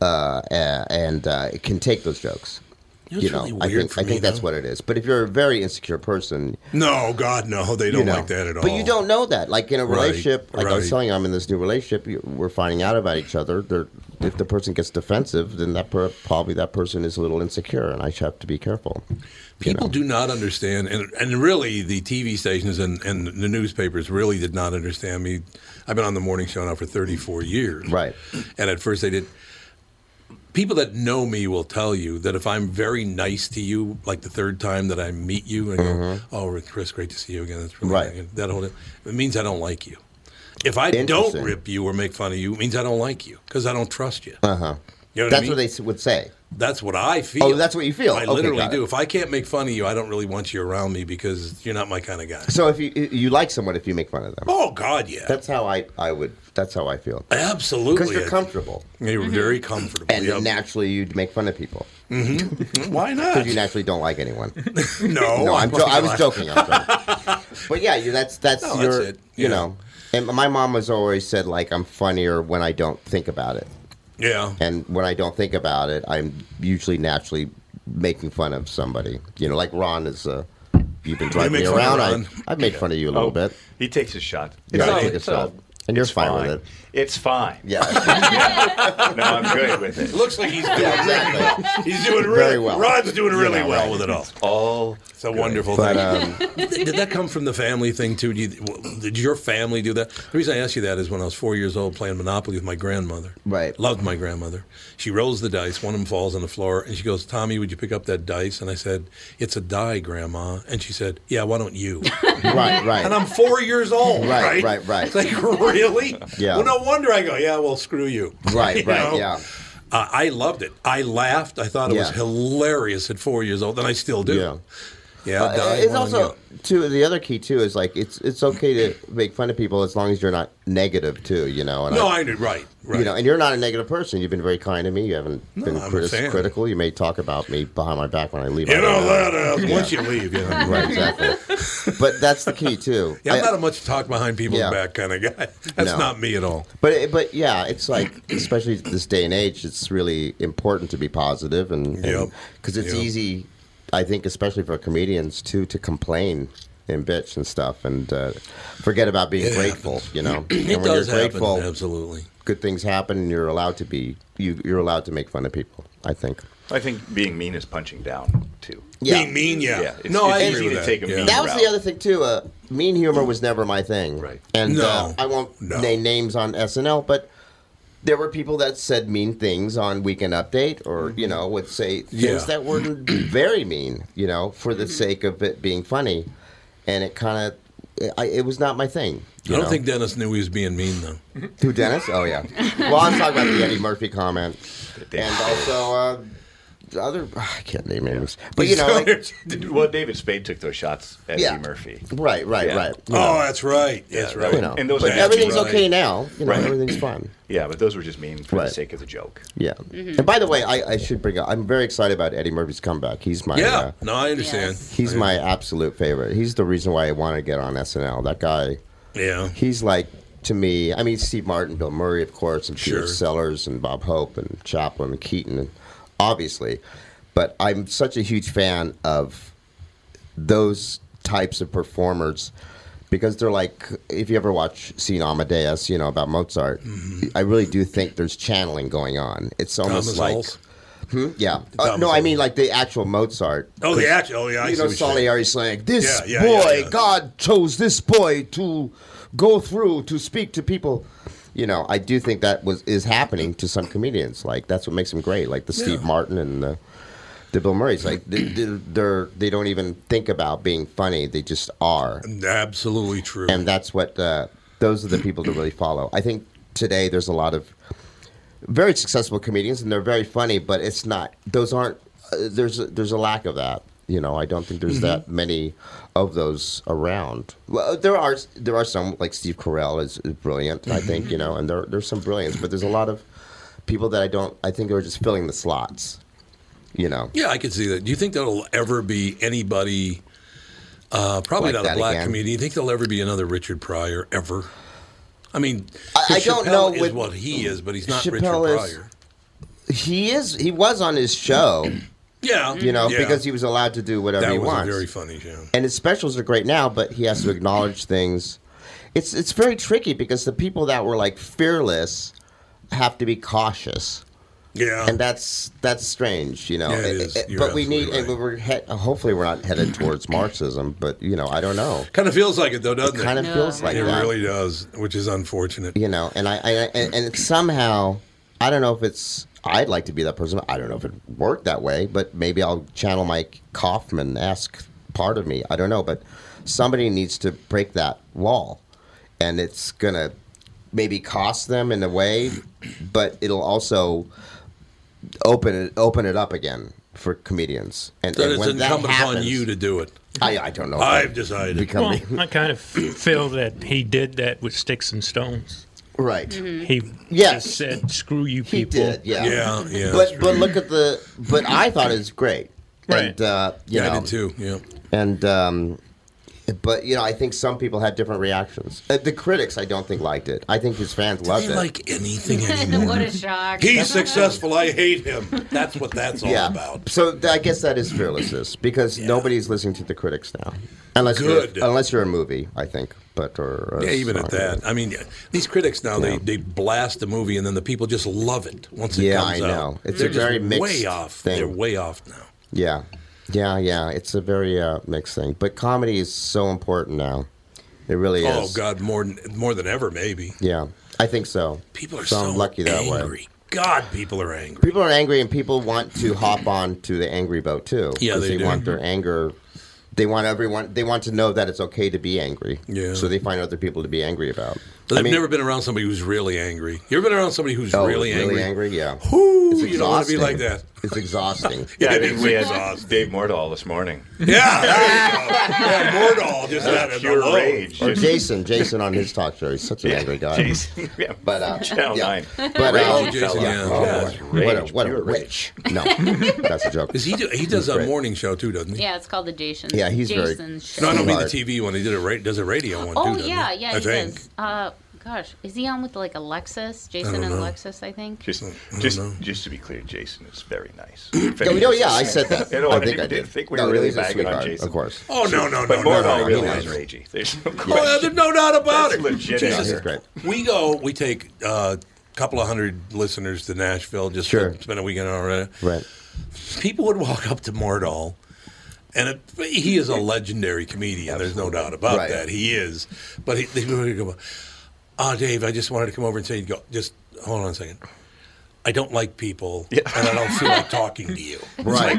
[SPEAKER 2] uh, a- and uh, it can take those jokes.
[SPEAKER 5] It was
[SPEAKER 2] you know,
[SPEAKER 5] really
[SPEAKER 2] I
[SPEAKER 5] weird
[SPEAKER 2] think
[SPEAKER 5] for
[SPEAKER 2] I
[SPEAKER 5] me,
[SPEAKER 2] think that's
[SPEAKER 5] though.
[SPEAKER 2] what it is. But if you're a very insecure person,
[SPEAKER 5] No, God, no. They
[SPEAKER 2] you
[SPEAKER 5] don't
[SPEAKER 2] know.
[SPEAKER 5] like that at all.
[SPEAKER 2] But you don't know that. Like in a
[SPEAKER 5] Right,
[SPEAKER 2] relationship, like I was
[SPEAKER 5] right.
[SPEAKER 2] telling you, I'm in this new relationship. you- We're finding out about each other. There, if the person gets defensive, then that per, probably that person is a little insecure, and I have to be careful.
[SPEAKER 5] People do not understand, and, and really the TV stations and, and the newspapers really did not understand me. I've been on the morning show now for 34 years.
[SPEAKER 2] Right.
[SPEAKER 5] And at first they did. People that know me will tell you that if I'm very nice to you, like the third time that I meet you and
[SPEAKER 2] Mhm.
[SPEAKER 5] go, oh, Rick, Chris, great to see you again. That's really
[SPEAKER 2] Right.
[SPEAKER 5] nice," That whole thing. It means I don't like you. If I don't
[SPEAKER 2] Interesting.
[SPEAKER 5] rip you or make fun of you, it means I don't like you because I don't trust you.
[SPEAKER 2] Uh huh.
[SPEAKER 5] You know what I
[SPEAKER 2] that's
[SPEAKER 5] mean?
[SPEAKER 2] what they s- would say.
[SPEAKER 5] That's what I feel.
[SPEAKER 2] Oh, that's what you feel.
[SPEAKER 5] I
[SPEAKER 2] Okay,
[SPEAKER 5] literally
[SPEAKER 2] got it.
[SPEAKER 5] do. If I can't make fun of you, I don't really want you around me because you're not my kind of guy.
[SPEAKER 2] So if you you like someone, if you make fun of them,
[SPEAKER 5] Oh God, yeah,
[SPEAKER 2] that's how I I would. That's how I feel.
[SPEAKER 5] absolutely.
[SPEAKER 2] Because you're comfortable,
[SPEAKER 5] They were very comfortable.
[SPEAKER 2] and
[SPEAKER 5] yep.
[SPEAKER 2] naturally you'd make fun of people.
[SPEAKER 5] Mhm. Why not?
[SPEAKER 2] Because you naturally don't like anyone.
[SPEAKER 5] no,
[SPEAKER 2] no, Oh, I'm jo- I was
[SPEAKER 5] not.
[SPEAKER 2] joking. I'm joking. but yeah, you, that's that's
[SPEAKER 5] No,
[SPEAKER 2] your
[SPEAKER 5] that's it. Yeah.
[SPEAKER 2] you know. And my mom has always said like I'm funnier when I don't think about it,
[SPEAKER 5] Yeah,
[SPEAKER 2] and when I don't think about it, I'm usually naturally making fun of somebody. You know, like Ron is. Uh, you've been driving
[SPEAKER 5] make
[SPEAKER 2] me
[SPEAKER 5] fun of
[SPEAKER 2] around.
[SPEAKER 5] Ron.
[SPEAKER 2] I I've made fun of you a little
[SPEAKER 10] Oh,
[SPEAKER 2] bit.
[SPEAKER 10] He takes his shot.
[SPEAKER 2] Yeah,
[SPEAKER 10] all-
[SPEAKER 2] I take a
[SPEAKER 10] all-
[SPEAKER 2] shot, and you're
[SPEAKER 10] it's
[SPEAKER 2] fine, with it.
[SPEAKER 10] It's fine.
[SPEAKER 2] Yeah,
[SPEAKER 10] No, I'm good with it.
[SPEAKER 5] looks like he's doing
[SPEAKER 2] yeah, exactly.
[SPEAKER 5] he's doing really
[SPEAKER 2] Very well.
[SPEAKER 5] Rod's doing
[SPEAKER 2] You
[SPEAKER 5] really
[SPEAKER 2] know,
[SPEAKER 5] well
[SPEAKER 2] right.
[SPEAKER 5] with it all.
[SPEAKER 10] All
[SPEAKER 5] It's a wonderful
[SPEAKER 2] But
[SPEAKER 5] thing.
[SPEAKER 2] um,
[SPEAKER 5] Did did that come from the family thing too? Do you, did your family do that? The reason I ask you that is when I was four years old playing Monopoly with my grandmother.
[SPEAKER 2] Right.
[SPEAKER 5] Loved my grandmother. She rolls the dice. One of them falls on the floor, and she goes, "Tommy, would you pick up that dice?" And I said, "It's a die, Grandma." And she said, "Yeah, why don't you?"
[SPEAKER 2] right, right.
[SPEAKER 5] and I'm four years old.
[SPEAKER 2] Right,
[SPEAKER 5] Right.
[SPEAKER 2] right, right.
[SPEAKER 5] It's like really?
[SPEAKER 2] Yeah.
[SPEAKER 5] Well, no wonder I go. Yeah. Well, screw you.
[SPEAKER 2] Right,
[SPEAKER 5] You
[SPEAKER 2] right,
[SPEAKER 5] know?
[SPEAKER 2] yeah.
[SPEAKER 5] Uh, I loved it. I laughed. I thought it was
[SPEAKER 2] Yeah.
[SPEAKER 5] hilarious at four years old, and I still do.
[SPEAKER 2] Yeah.
[SPEAKER 5] Yeah.
[SPEAKER 2] Uh,
[SPEAKER 5] die,
[SPEAKER 2] it's
[SPEAKER 5] why don't
[SPEAKER 2] also
[SPEAKER 5] you?
[SPEAKER 2] too the other key too is like it's it's okay to make fun of people as long as you're not negative too you know and
[SPEAKER 5] No, I knew. Right. Right.
[SPEAKER 2] you know and you're not a negative person you've been very kind to me you haven't been
[SPEAKER 5] I'm a
[SPEAKER 2] critis-
[SPEAKER 5] fan.
[SPEAKER 2] critical you may talk about me behind my back when I leave I
[SPEAKER 5] You
[SPEAKER 2] don't
[SPEAKER 5] know that uh, once you leave, you know.
[SPEAKER 2] right exactly but that's the key too
[SPEAKER 5] Yeah, I'm
[SPEAKER 2] I-
[SPEAKER 5] not a much talk behind people's
[SPEAKER 2] Yeah.
[SPEAKER 5] back kind of guy. That's
[SPEAKER 2] No.
[SPEAKER 5] not me at all.
[SPEAKER 2] but but yeah it's like especially this day and age it's really important to be positive and
[SPEAKER 5] Yep.
[SPEAKER 2] because it's
[SPEAKER 5] Yep.
[SPEAKER 2] easy I think especially for comedians too to complain and bitch and stuff and uh, forget about being
[SPEAKER 5] It
[SPEAKER 2] grateful
[SPEAKER 5] happens.
[SPEAKER 2] you know
[SPEAKER 5] It
[SPEAKER 2] and when
[SPEAKER 5] does
[SPEAKER 2] you're grateful
[SPEAKER 5] happen. Absolutely.
[SPEAKER 2] good things happen and you're allowed to be you, you're allowed to make fun of people I think
[SPEAKER 10] I think being mean is punching down too.
[SPEAKER 2] yeah
[SPEAKER 5] Being mean, yeah.
[SPEAKER 10] Yeah, it's-
[SPEAKER 5] no,
[SPEAKER 10] it's
[SPEAKER 5] I
[SPEAKER 10] easy
[SPEAKER 5] agree
[SPEAKER 10] to
[SPEAKER 5] with
[SPEAKER 10] take a
[SPEAKER 5] that. yeah.
[SPEAKER 10] mean-
[SPEAKER 2] that was the
[SPEAKER 10] route.
[SPEAKER 2] other thing too uh, mean humor was never my thing
[SPEAKER 10] Right.
[SPEAKER 2] and uh,
[SPEAKER 5] No.
[SPEAKER 2] I won't
[SPEAKER 5] No.
[SPEAKER 2] name names on SNL but there were people that said mean things on Weekend Update or you know would say things
[SPEAKER 5] Mm-hmm. Yeah. Mm-hmm.
[SPEAKER 2] that were very mean you know for the sake of it being funny and it kind of I, it was not my thing
[SPEAKER 5] I
[SPEAKER 2] you
[SPEAKER 5] don't
[SPEAKER 2] know?
[SPEAKER 5] think Dennis knew he was being mean though.
[SPEAKER 2] Who, Dennis? Oh, yeah. Well, I'm talking about the Eddie Murphy comment. And also, uh, the other, I can't name names. But, you know, like,
[SPEAKER 10] Well, David Spade took those shots at
[SPEAKER 2] uh, Yeah.
[SPEAKER 10] Eddie Murphy.
[SPEAKER 2] right, right,
[SPEAKER 10] Yeah.
[SPEAKER 2] right. You
[SPEAKER 5] oh,
[SPEAKER 2] know,
[SPEAKER 5] that's right. That's right.
[SPEAKER 2] you know.
[SPEAKER 10] and those
[SPEAKER 2] but
[SPEAKER 10] are-
[SPEAKER 2] everything's
[SPEAKER 5] Right.
[SPEAKER 2] okay now. You know,
[SPEAKER 10] Right.
[SPEAKER 2] everything's fine.
[SPEAKER 10] Yeah, but those were just mean for
[SPEAKER 2] Right.
[SPEAKER 10] the sake of the joke.
[SPEAKER 2] Yeah.
[SPEAKER 10] Mm-hmm.
[SPEAKER 2] And by the way, I, I should bring up, I'm very excited about Eddie Murphy's comeback. He's my,
[SPEAKER 5] Yeah.
[SPEAKER 2] uh,
[SPEAKER 5] No, I understand.
[SPEAKER 6] Yes.
[SPEAKER 2] he's my absolute favorite. He's the reason why I want to get on SNL. That guy,
[SPEAKER 5] Yeah.
[SPEAKER 2] he's like, to me, I mean, Steve Martin, Bill Murray, of course, and Peter
[SPEAKER 5] Sure.
[SPEAKER 2] Sellers, and Bob Hope, and Chaplin, and Keaton, and obviously. But I'm such a huge fan of those types of performers because they're like, if you ever watch Scene Amadeus, you know, about Mozart, I really do think there's channeling going on. It's almost
[SPEAKER 5] Mm-hmm. Thomas
[SPEAKER 2] like.
[SPEAKER 5] Hulse.
[SPEAKER 2] Hmm? Yeah. Uh,
[SPEAKER 5] Thomas
[SPEAKER 2] no, I
[SPEAKER 5] Hulse.
[SPEAKER 2] mean like the actual Mozart.
[SPEAKER 5] Oh, the actual. Oh, yeah. I
[SPEAKER 2] You
[SPEAKER 5] see
[SPEAKER 2] know,
[SPEAKER 5] what you're saying.
[SPEAKER 2] Salieri's saying, This
[SPEAKER 5] Yeah, yeah,
[SPEAKER 2] boy,
[SPEAKER 5] yeah, yeah.
[SPEAKER 2] God chose this boy to go through, to speak to people. You know, I do think that was is happening to some comedians. Like, that's what makes them great. Like the Steve
[SPEAKER 5] Yeah.
[SPEAKER 2] Martin and the, the Bill Murray's. Like, they, they're, they're, they don't even think about being funny, they just are.
[SPEAKER 5] Absolutely true.
[SPEAKER 2] And that's what, uh, those are the people to really follow. I think today there's a lot of very successful comedians, and they're very funny. But it's not; those aren't. Uh, there's a, there's a lack of that. You know, I don't think there's that
[SPEAKER 5] Mm-hmm.
[SPEAKER 2] many of those around. Well, there are there are some like Steve Carell is, is brilliant. I think you
[SPEAKER 5] Mm-hmm.
[SPEAKER 2] know, and there there's some brilliance, but there's a lot of people that I don't. I think are just filling the slots. You know.
[SPEAKER 5] Yeah, I could see that. Do you think there'll ever be anybody? Uh, probably
[SPEAKER 2] Like
[SPEAKER 5] not a
[SPEAKER 2] that
[SPEAKER 5] black
[SPEAKER 2] again?
[SPEAKER 5] comedian. You think there'll ever be another Richard Pryor ever? I mean,
[SPEAKER 2] I- I
[SPEAKER 5] Chappelle
[SPEAKER 2] don't know
[SPEAKER 5] is
[SPEAKER 2] with-
[SPEAKER 5] what he is, but he's not
[SPEAKER 2] Chappelle
[SPEAKER 5] Richard
[SPEAKER 2] is-
[SPEAKER 5] Pryor.
[SPEAKER 2] he is he was on his show
[SPEAKER 5] Yeah,
[SPEAKER 2] you know
[SPEAKER 5] yeah.
[SPEAKER 2] because he was allowed to do whatever
[SPEAKER 5] that
[SPEAKER 2] he
[SPEAKER 5] was a
[SPEAKER 2] wants
[SPEAKER 5] very funny show.
[SPEAKER 2] and his specials are great now but he has to acknowledge things it's it's very tricky because the people that were like fearless have to be cautious
[SPEAKER 5] Yeah,
[SPEAKER 2] and that's that's strange you know
[SPEAKER 5] Yeah, it is. You're
[SPEAKER 2] but we need
[SPEAKER 5] absolutely
[SPEAKER 2] and
[SPEAKER 5] right.
[SPEAKER 2] we're he- hopefully we're not headed towards marxism but you know i don't know
[SPEAKER 5] kind of feels like it though, doesn't it?
[SPEAKER 2] kind of
[SPEAKER 6] No.
[SPEAKER 2] feels like
[SPEAKER 5] it
[SPEAKER 2] that
[SPEAKER 5] really does, which is unfortunate.
[SPEAKER 2] you know and i, I and, and somehow i don't know if it's i'd like to be that person i don't know if it worked that way but maybe i'll channel my kaufman-esque part of me i don't know but somebody needs to break that wall and it's gonna maybe cost them in a way but it'll also open it open it up again for comedians and,
[SPEAKER 5] That
[SPEAKER 2] and
[SPEAKER 5] it's
[SPEAKER 2] when that
[SPEAKER 5] incumbent upon
[SPEAKER 2] happens-
[SPEAKER 5] you to do it.
[SPEAKER 2] I, I don't know if
[SPEAKER 5] I've
[SPEAKER 2] I'm
[SPEAKER 5] decided.
[SPEAKER 2] becoming
[SPEAKER 8] Well, I kind of feel that he did that with sticks and stones.
[SPEAKER 2] right
[SPEAKER 8] He
[SPEAKER 2] Yes.
[SPEAKER 8] just said, "Screw you
[SPEAKER 2] he
[SPEAKER 8] people."
[SPEAKER 2] did yeah
[SPEAKER 5] Yeah, yeah. that's
[SPEAKER 2] but
[SPEAKER 5] true.
[SPEAKER 2] but look at the but I thought it was great.
[SPEAKER 8] Right.
[SPEAKER 2] And uh you
[SPEAKER 5] yeah,
[SPEAKER 2] know
[SPEAKER 5] I did too. Yeah,
[SPEAKER 2] and um but you know I think some people had different reactions. Uh, the critics I don't think liked it. I think his fans loved
[SPEAKER 5] they
[SPEAKER 2] it.
[SPEAKER 5] like anything anymore.
[SPEAKER 6] what a shock.
[SPEAKER 5] He's successful. I hate him. That's what that's all
[SPEAKER 2] yeah.
[SPEAKER 5] about.
[SPEAKER 2] So th- I guess that is fearlessness because nobody's listening to the critics now. Unless
[SPEAKER 5] Good.
[SPEAKER 2] you're unless you're a movie, I think, but or a
[SPEAKER 5] Yeah, even at
[SPEAKER 2] song.
[SPEAKER 5] that. I mean, yeah, these critics now they, they blast the movie and then the people just love it once it
[SPEAKER 2] Yeah,
[SPEAKER 5] comes
[SPEAKER 2] I
[SPEAKER 5] out.
[SPEAKER 2] know. It's a
[SPEAKER 5] They're just
[SPEAKER 2] very mixed
[SPEAKER 5] way off.
[SPEAKER 2] thing.
[SPEAKER 5] They're way off now.
[SPEAKER 2] Yeah. Yeah, yeah, it's a very uh, mixed thing. But comedy is so important now. It really
[SPEAKER 5] Oh
[SPEAKER 2] is.
[SPEAKER 5] God, more than- more than ever, maybe.
[SPEAKER 2] Yeah. I think so.
[SPEAKER 5] People are
[SPEAKER 2] So
[SPEAKER 5] so,
[SPEAKER 2] I'm lucky that way.
[SPEAKER 5] angry. God, people are angry.
[SPEAKER 2] people are angry and people want to hop on to the angry boat too
[SPEAKER 5] Yeah,
[SPEAKER 2] 'cause
[SPEAKER 5] they
[SPEAKER 2] they,
[SPEAKER 5] do.
[SPEAKER 2] want their anger they want everyone they want to know that it's okay to be angry
[SPEAKER 5] Yeah.
[SPEAKER 2] so they find other people to be angry about
[SPEAKER 5] I've
[SPEAKER 2] I mean,
[SPEAKER 5] never been around somebody who's really angry. You ever been around somebody who's
[SPEAKER 2] oh,
[SPEAKER 5] really, angry?
[SPEAKER 2] yeah
[SPEAKER 5] Whew, you don't want to be like that.
[SPEAKER 2] it's exhausting
[SPEAKER 10] Yeah, I
[SPEAKER 5] It
[SPEAKER 10] think
[SPEAKER 5] is
[SPEAKER 10] we
[SPEAKER 5] exhausting.
[SPEAKER 10] had Dave Mordall this morning.
[SPEAKER 5] Yeah, there you go. yeah, Mordall just out of
[SPEAKER 10] Pure
[SPEAKER 5] the
[SPEAKER 10] rage.
[SPEAKER 2] or
[SPEAKER 10] Just-
[SPEAKER 2] jason jason on his talk show he's such an angry guy
[SPEAKER 10] Jason, yeah,
[SPEAKER 2] but uh,
[SPEAKER 10] Channel
[SPEAKER 2] yeah.
[SPEAKER 10] Nine.
[SPEAKER 2] but
[SPEAKER 5] Rage,
[SPEAKER 2] um,
[SPEAKER 5] Jason, yeah.
[SPEAKER 2] oh,
[SPEAKER 5] Yeah,
[SPEAKER 2] what
[SPEAKER 5] it's
[SPEAKER 2] a- what a, what
[SPEAKER 10] rage,
[SPEAKER 2] a
[SPEAKER 10] pure
[SPEAKER 2] rich no that's a joke
[SPEAKER 5] Is he do, he does a morning show too, doesn't he?
[SPEAKER 6] Yeah, it's called the Jason.
[SPEAKER 2] Yeah, he's very-
[SPEAKER 6] Jason's show.
[SPEAKER 5] No, I don't mean the
[SPEAKER 2] Hard.
[SPEAKER 5] TV one. He did a ra- does a radio one
[SPEAKER 6] Oh
[SPEAKER 5] too. doesn't
[SPEAKER 6] yeah,
[SPEAKER 5] he?
[SPEAKER 6] yeah,
[SPEAKER 5] I
[SPEAKER 6] he
[SPEAKER 5] think.
[SPEAKER 6] is. Uh, gosh, is he on with like Alexis, Jason and
[SPEAKER 5] know.
[SPEAKER 6] Alexis? I think.
[SPEAKER 10] Just,
[SPEAKER 5] don't
[SPEAKER 10] just,
[SPEAKER 5] know.
[SPEAKER 10] just to be clear, Jason is very nice.
[SPEAKER 2] yeah, we know, yeah, I said that.
[SPEAKER 10] You know,
[SPEAKER 2] I
[SPEAKER 10] I
[SPEAKER 2] think
[SPEAKER 10] didn't-
[SPEAKER 2] I did.
[SPEAKER 10] didn't think we
[SPEAKER 2] no,
[SPEAKER 10] were really
[SPEAKER 2] he's a
[SPEAKER 10] bagging on
[SPEAKER 2] sweetheart,
[SPEAKER 10] Jason.
[SPEAKER 2] Of course.
[SPEAKER 5] Oh no no no
[SPEAKER 10] But
[SPEAKER 5] no!
[SPEAKER 10] Mordall
[SPEAKER 5] no,
[SPEAKER 10] really
[SPEAKER 5] no.
[SPEAKER 10] is ragey. There's no question.
[SPEAKER 5] Oh, there's no doubt about
[SPEAKER 10] That's
[SPEAKER 5] it.
[SPEAKER 10] legit
[SPEAKER 2] Yeah,
[SPEAKER 5] Jesus.
[SPEAKER 2] he's great.
[SPEAKER 5] We go, we take a uh, couple of hundred listeners to Nashville just
[SPEAKER 2] Sure.
[SPEAKER 5] to spend a weekend already.
[SPEAKER 2] Right.
[SPEAKER 5] People would walk up to Mordall, and it, he is a legendary comedian. There's no doubt about
[SPEAKER 2] Right.
[SPEAKER 5] that. He is. But he, they would go, Ah, Dave, I just wanted to come over and say, go, just hold on a second. I don't like people, and I don't feel like talking to you.
[SPEAKER 2] Right.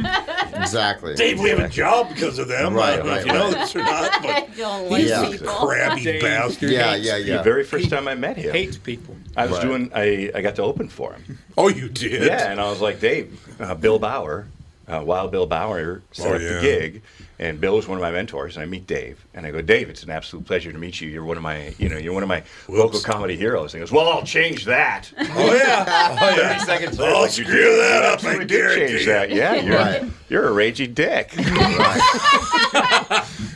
[SPEAKER 2] exactly.
[SPEAKER 5] Dave, we have a job because of them.
[SPEAKER 2] Right,
[SPEAKER 5] I don't know
[SPEAKER 2] right,
[SPEAKER 5] if you know
[SPEAKER 2] right.
[SPEAKER 5] this or not,
[SPEAKER 6] I
[SPEAKER 5] but
[SPEAKER 6] don't like
[SPEAKER 5] he's
[SPEAKER 2] Yeah.
[SPEAKER 5] a
[SPEAKER 6] people.
[SPEAKER 5] crabby bastard.
[SPEAKER 2] Yeah, yeah, yeah.
[SPEAKER 10] The very first time I met him,
[SPEAKER 8] Hates people.
[SPEAKER 10] I was
[SPEAKER 2] Right.
[SPEAKER 10] doing. I, I got to open for him.
[SPEAKER 5] Oh, you did?
[SPEAKER 10] Yeah, and I was like, Dave, uh, Bill Bauer, uh, Wild Bill Bauer set
[SPEAKER 5] Oh,
[SPEAKER 10] up
[SPEAKER 5] yeah.
[SPEAKER 10] the gig, and Bill was one of my mentors, and I meet Dave, and I go, Dave, it's an absolute pleasure to meet you. You're one of my, you know, you're one of my local comedy heroes. And he goes, Well, I'll change that.
[SPEAKER 5] Oh yeah. Oh yeah.
[SPEAKER 10] seconds
[SPEAKER 5] I'll
[SPEAKER 10] like,
[SPEAKER 5] screw
[SPEAKER 10] you did-
[SPEAKER 5] that
[SPEAKER 10] you
[SPEAKER 5] up, I
[SPEAKER 10] absolutely
[SPEAKER 5] guarantee
[SPEAKER 10] did
[SPEAKER 5] you.
[SPEAKER 10] change that. Yeah, you're,
[SPEAKER 2] Right.
[SPEAKER 10] you're a ragey dick.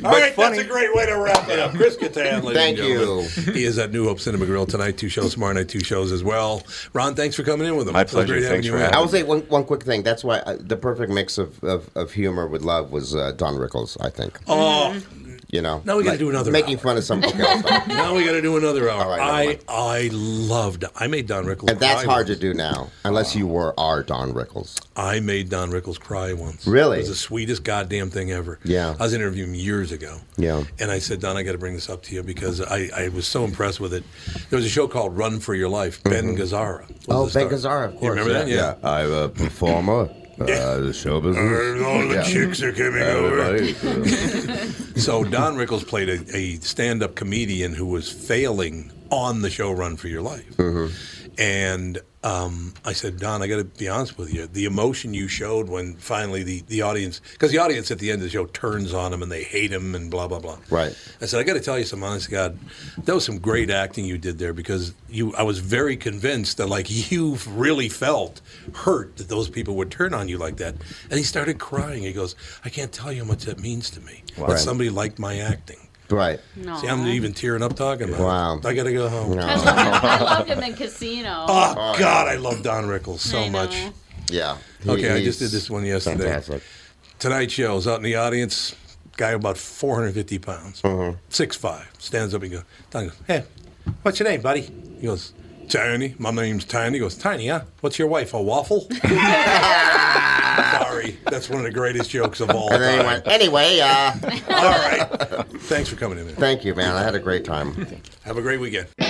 [SPEAKER 5] All right,
[SPEAKER 10] funny.
[SPEAKER 5] that's a great way to wrap it up. Chris Kattan, ladies
[SPEAKER 2] Thank
[SPEAKER 5] and gentlemen. He is at New Hope Cinema Grill tonight. Two shows tomorrow night. Two shows as well. Ron, thanks for coming in with him.
[SPEAKER 10] My
[SPEAKER 5] It was
[SPEAKER 10] pleasure.
[SPEAKER 5] Great having
[SPEAKER 10] Thanks
[SPEAKER 5] you
[SPEAKER 10] for
[SPEAKER 5] in.
[SPEAKER 10] having
[SPEAKER 2] I will say one, one quick thing. That's why uh the perfect mix of, of, of humor with love was uh, Don Rickles. I think.
[SPEAKER 5] Oh,
[SPEAKER 2] you know.
[SPEAKER 5] now we gotta do another
[SPEAKER 2] making
[SPEAKER 5] hour.
[SPEAKER 2] fun of something else,
[SPEAKER 5] now we got to do another hour.
[SPEAKER 2] All right,
[SPEAKER 5] I
[SPEAKER 2] never mind.
[SPEAKER 5] I loved. I made Don Rickles.
[SPEAKER 2] and that's
[SPEAKER 5] cry
[SPEAKER 2] hard to
[SPEAKER 5] once.
[SPEAKER 2] do now, unless you were our Don Rickles.
[SPEAKER 5] I made Don Rickles cry once.
[SPEAKER 2] Really?
[SPEAKER 5] It was the sweetest goddamn thing ever.
[SPEAKER 2] Yeah.
[SPEAKER 5] I was interviewing him years ago.
[SPEAKER 2] Yeah.
[SPEAKER 5] And I said, Don, I got to bring this up to you because I, I was so impressed with it. There was a show called Run for Your Life. Ben Gazzara. was
[SPEAKER 2] Oh,
[SPEAKER 5] the
[SPEAKER 2] Ben Gazzara,
[SPEAKER 5] star.
[SPEAKER 2] of course.
[SPEAKER 5] You remember that? Yeah.
[SPEAKER 2] I'm uh, a performer.
[SPEAKER 5] Yeah.
[SPEAKER 2] the show
[SPEAKER 5] All the
[SPEAKER 2] Yeah.
[SPEAKER 5] chicks are coming over. So Don Rickles played a, a stand-up comedian who was failing on the show Run for Your Life, and um, I said, Don, I got to be honest with you. The emotion you showed when finally the, the audience, because the audience at the end of the show turns on him and they hate him and blah, blah, blah.
[SPEAKER 2] Right.
[SPEAKER 5] I said, I got to tell you some honest to God, that was some great acting you did there because you. I was very convinced that like you really felt hurt that those people would turn on you like that. And he started crying. He goes, I can't tell you how much that means to me
[SPEAKER 2] Wow.
[SPEAKER 5] that
[SPEAKER 2] Right.
[SPEAKER 5] somebody liked my acting.
[SPEAKER 2] Right.
[SPEAKER 5] See, I'm even tearing up talking about
[SPEAKER 2] Wow.
[SPEAKER 5] it. I got to go home.
[SPEAKER 2] No.
[SPEAKER 6] I loved him in Casino.
[SPEAKER 5] Oh, God, I love Don Rickles so much.
[SPEAKER 2] Yeah. He-
[SPEAKER 5] Okay, I
[SPEAKER 2] he's
[SPEAKER 5] just did this one yesterday.
[SPEAKER 2] Fantastic.
[SPEAKER 5] Tonight show's out in the audience. Guy about 450 pounds,
[SPEAKER 2] Mhm.
[SPEAKER 5] six five, stands up and goes, Don goes, hey, what's your name, buddy? He goes, Tiny. My name's Tiny. He goes, Tiny, huh? What's your wife, a waffle? Sorry, that's one of the greatest jokes of all
[SPEAKER 2] And then he
[SPEAKER 5] time.
[SPEAKER 2] went, anyway, uh,
[SPEAKER 5] all right. Thanks for coming in. Man.
[SPEAKER 2] Thank you, man. I had a great time.
[SPEAKER 5] Have a great weekend.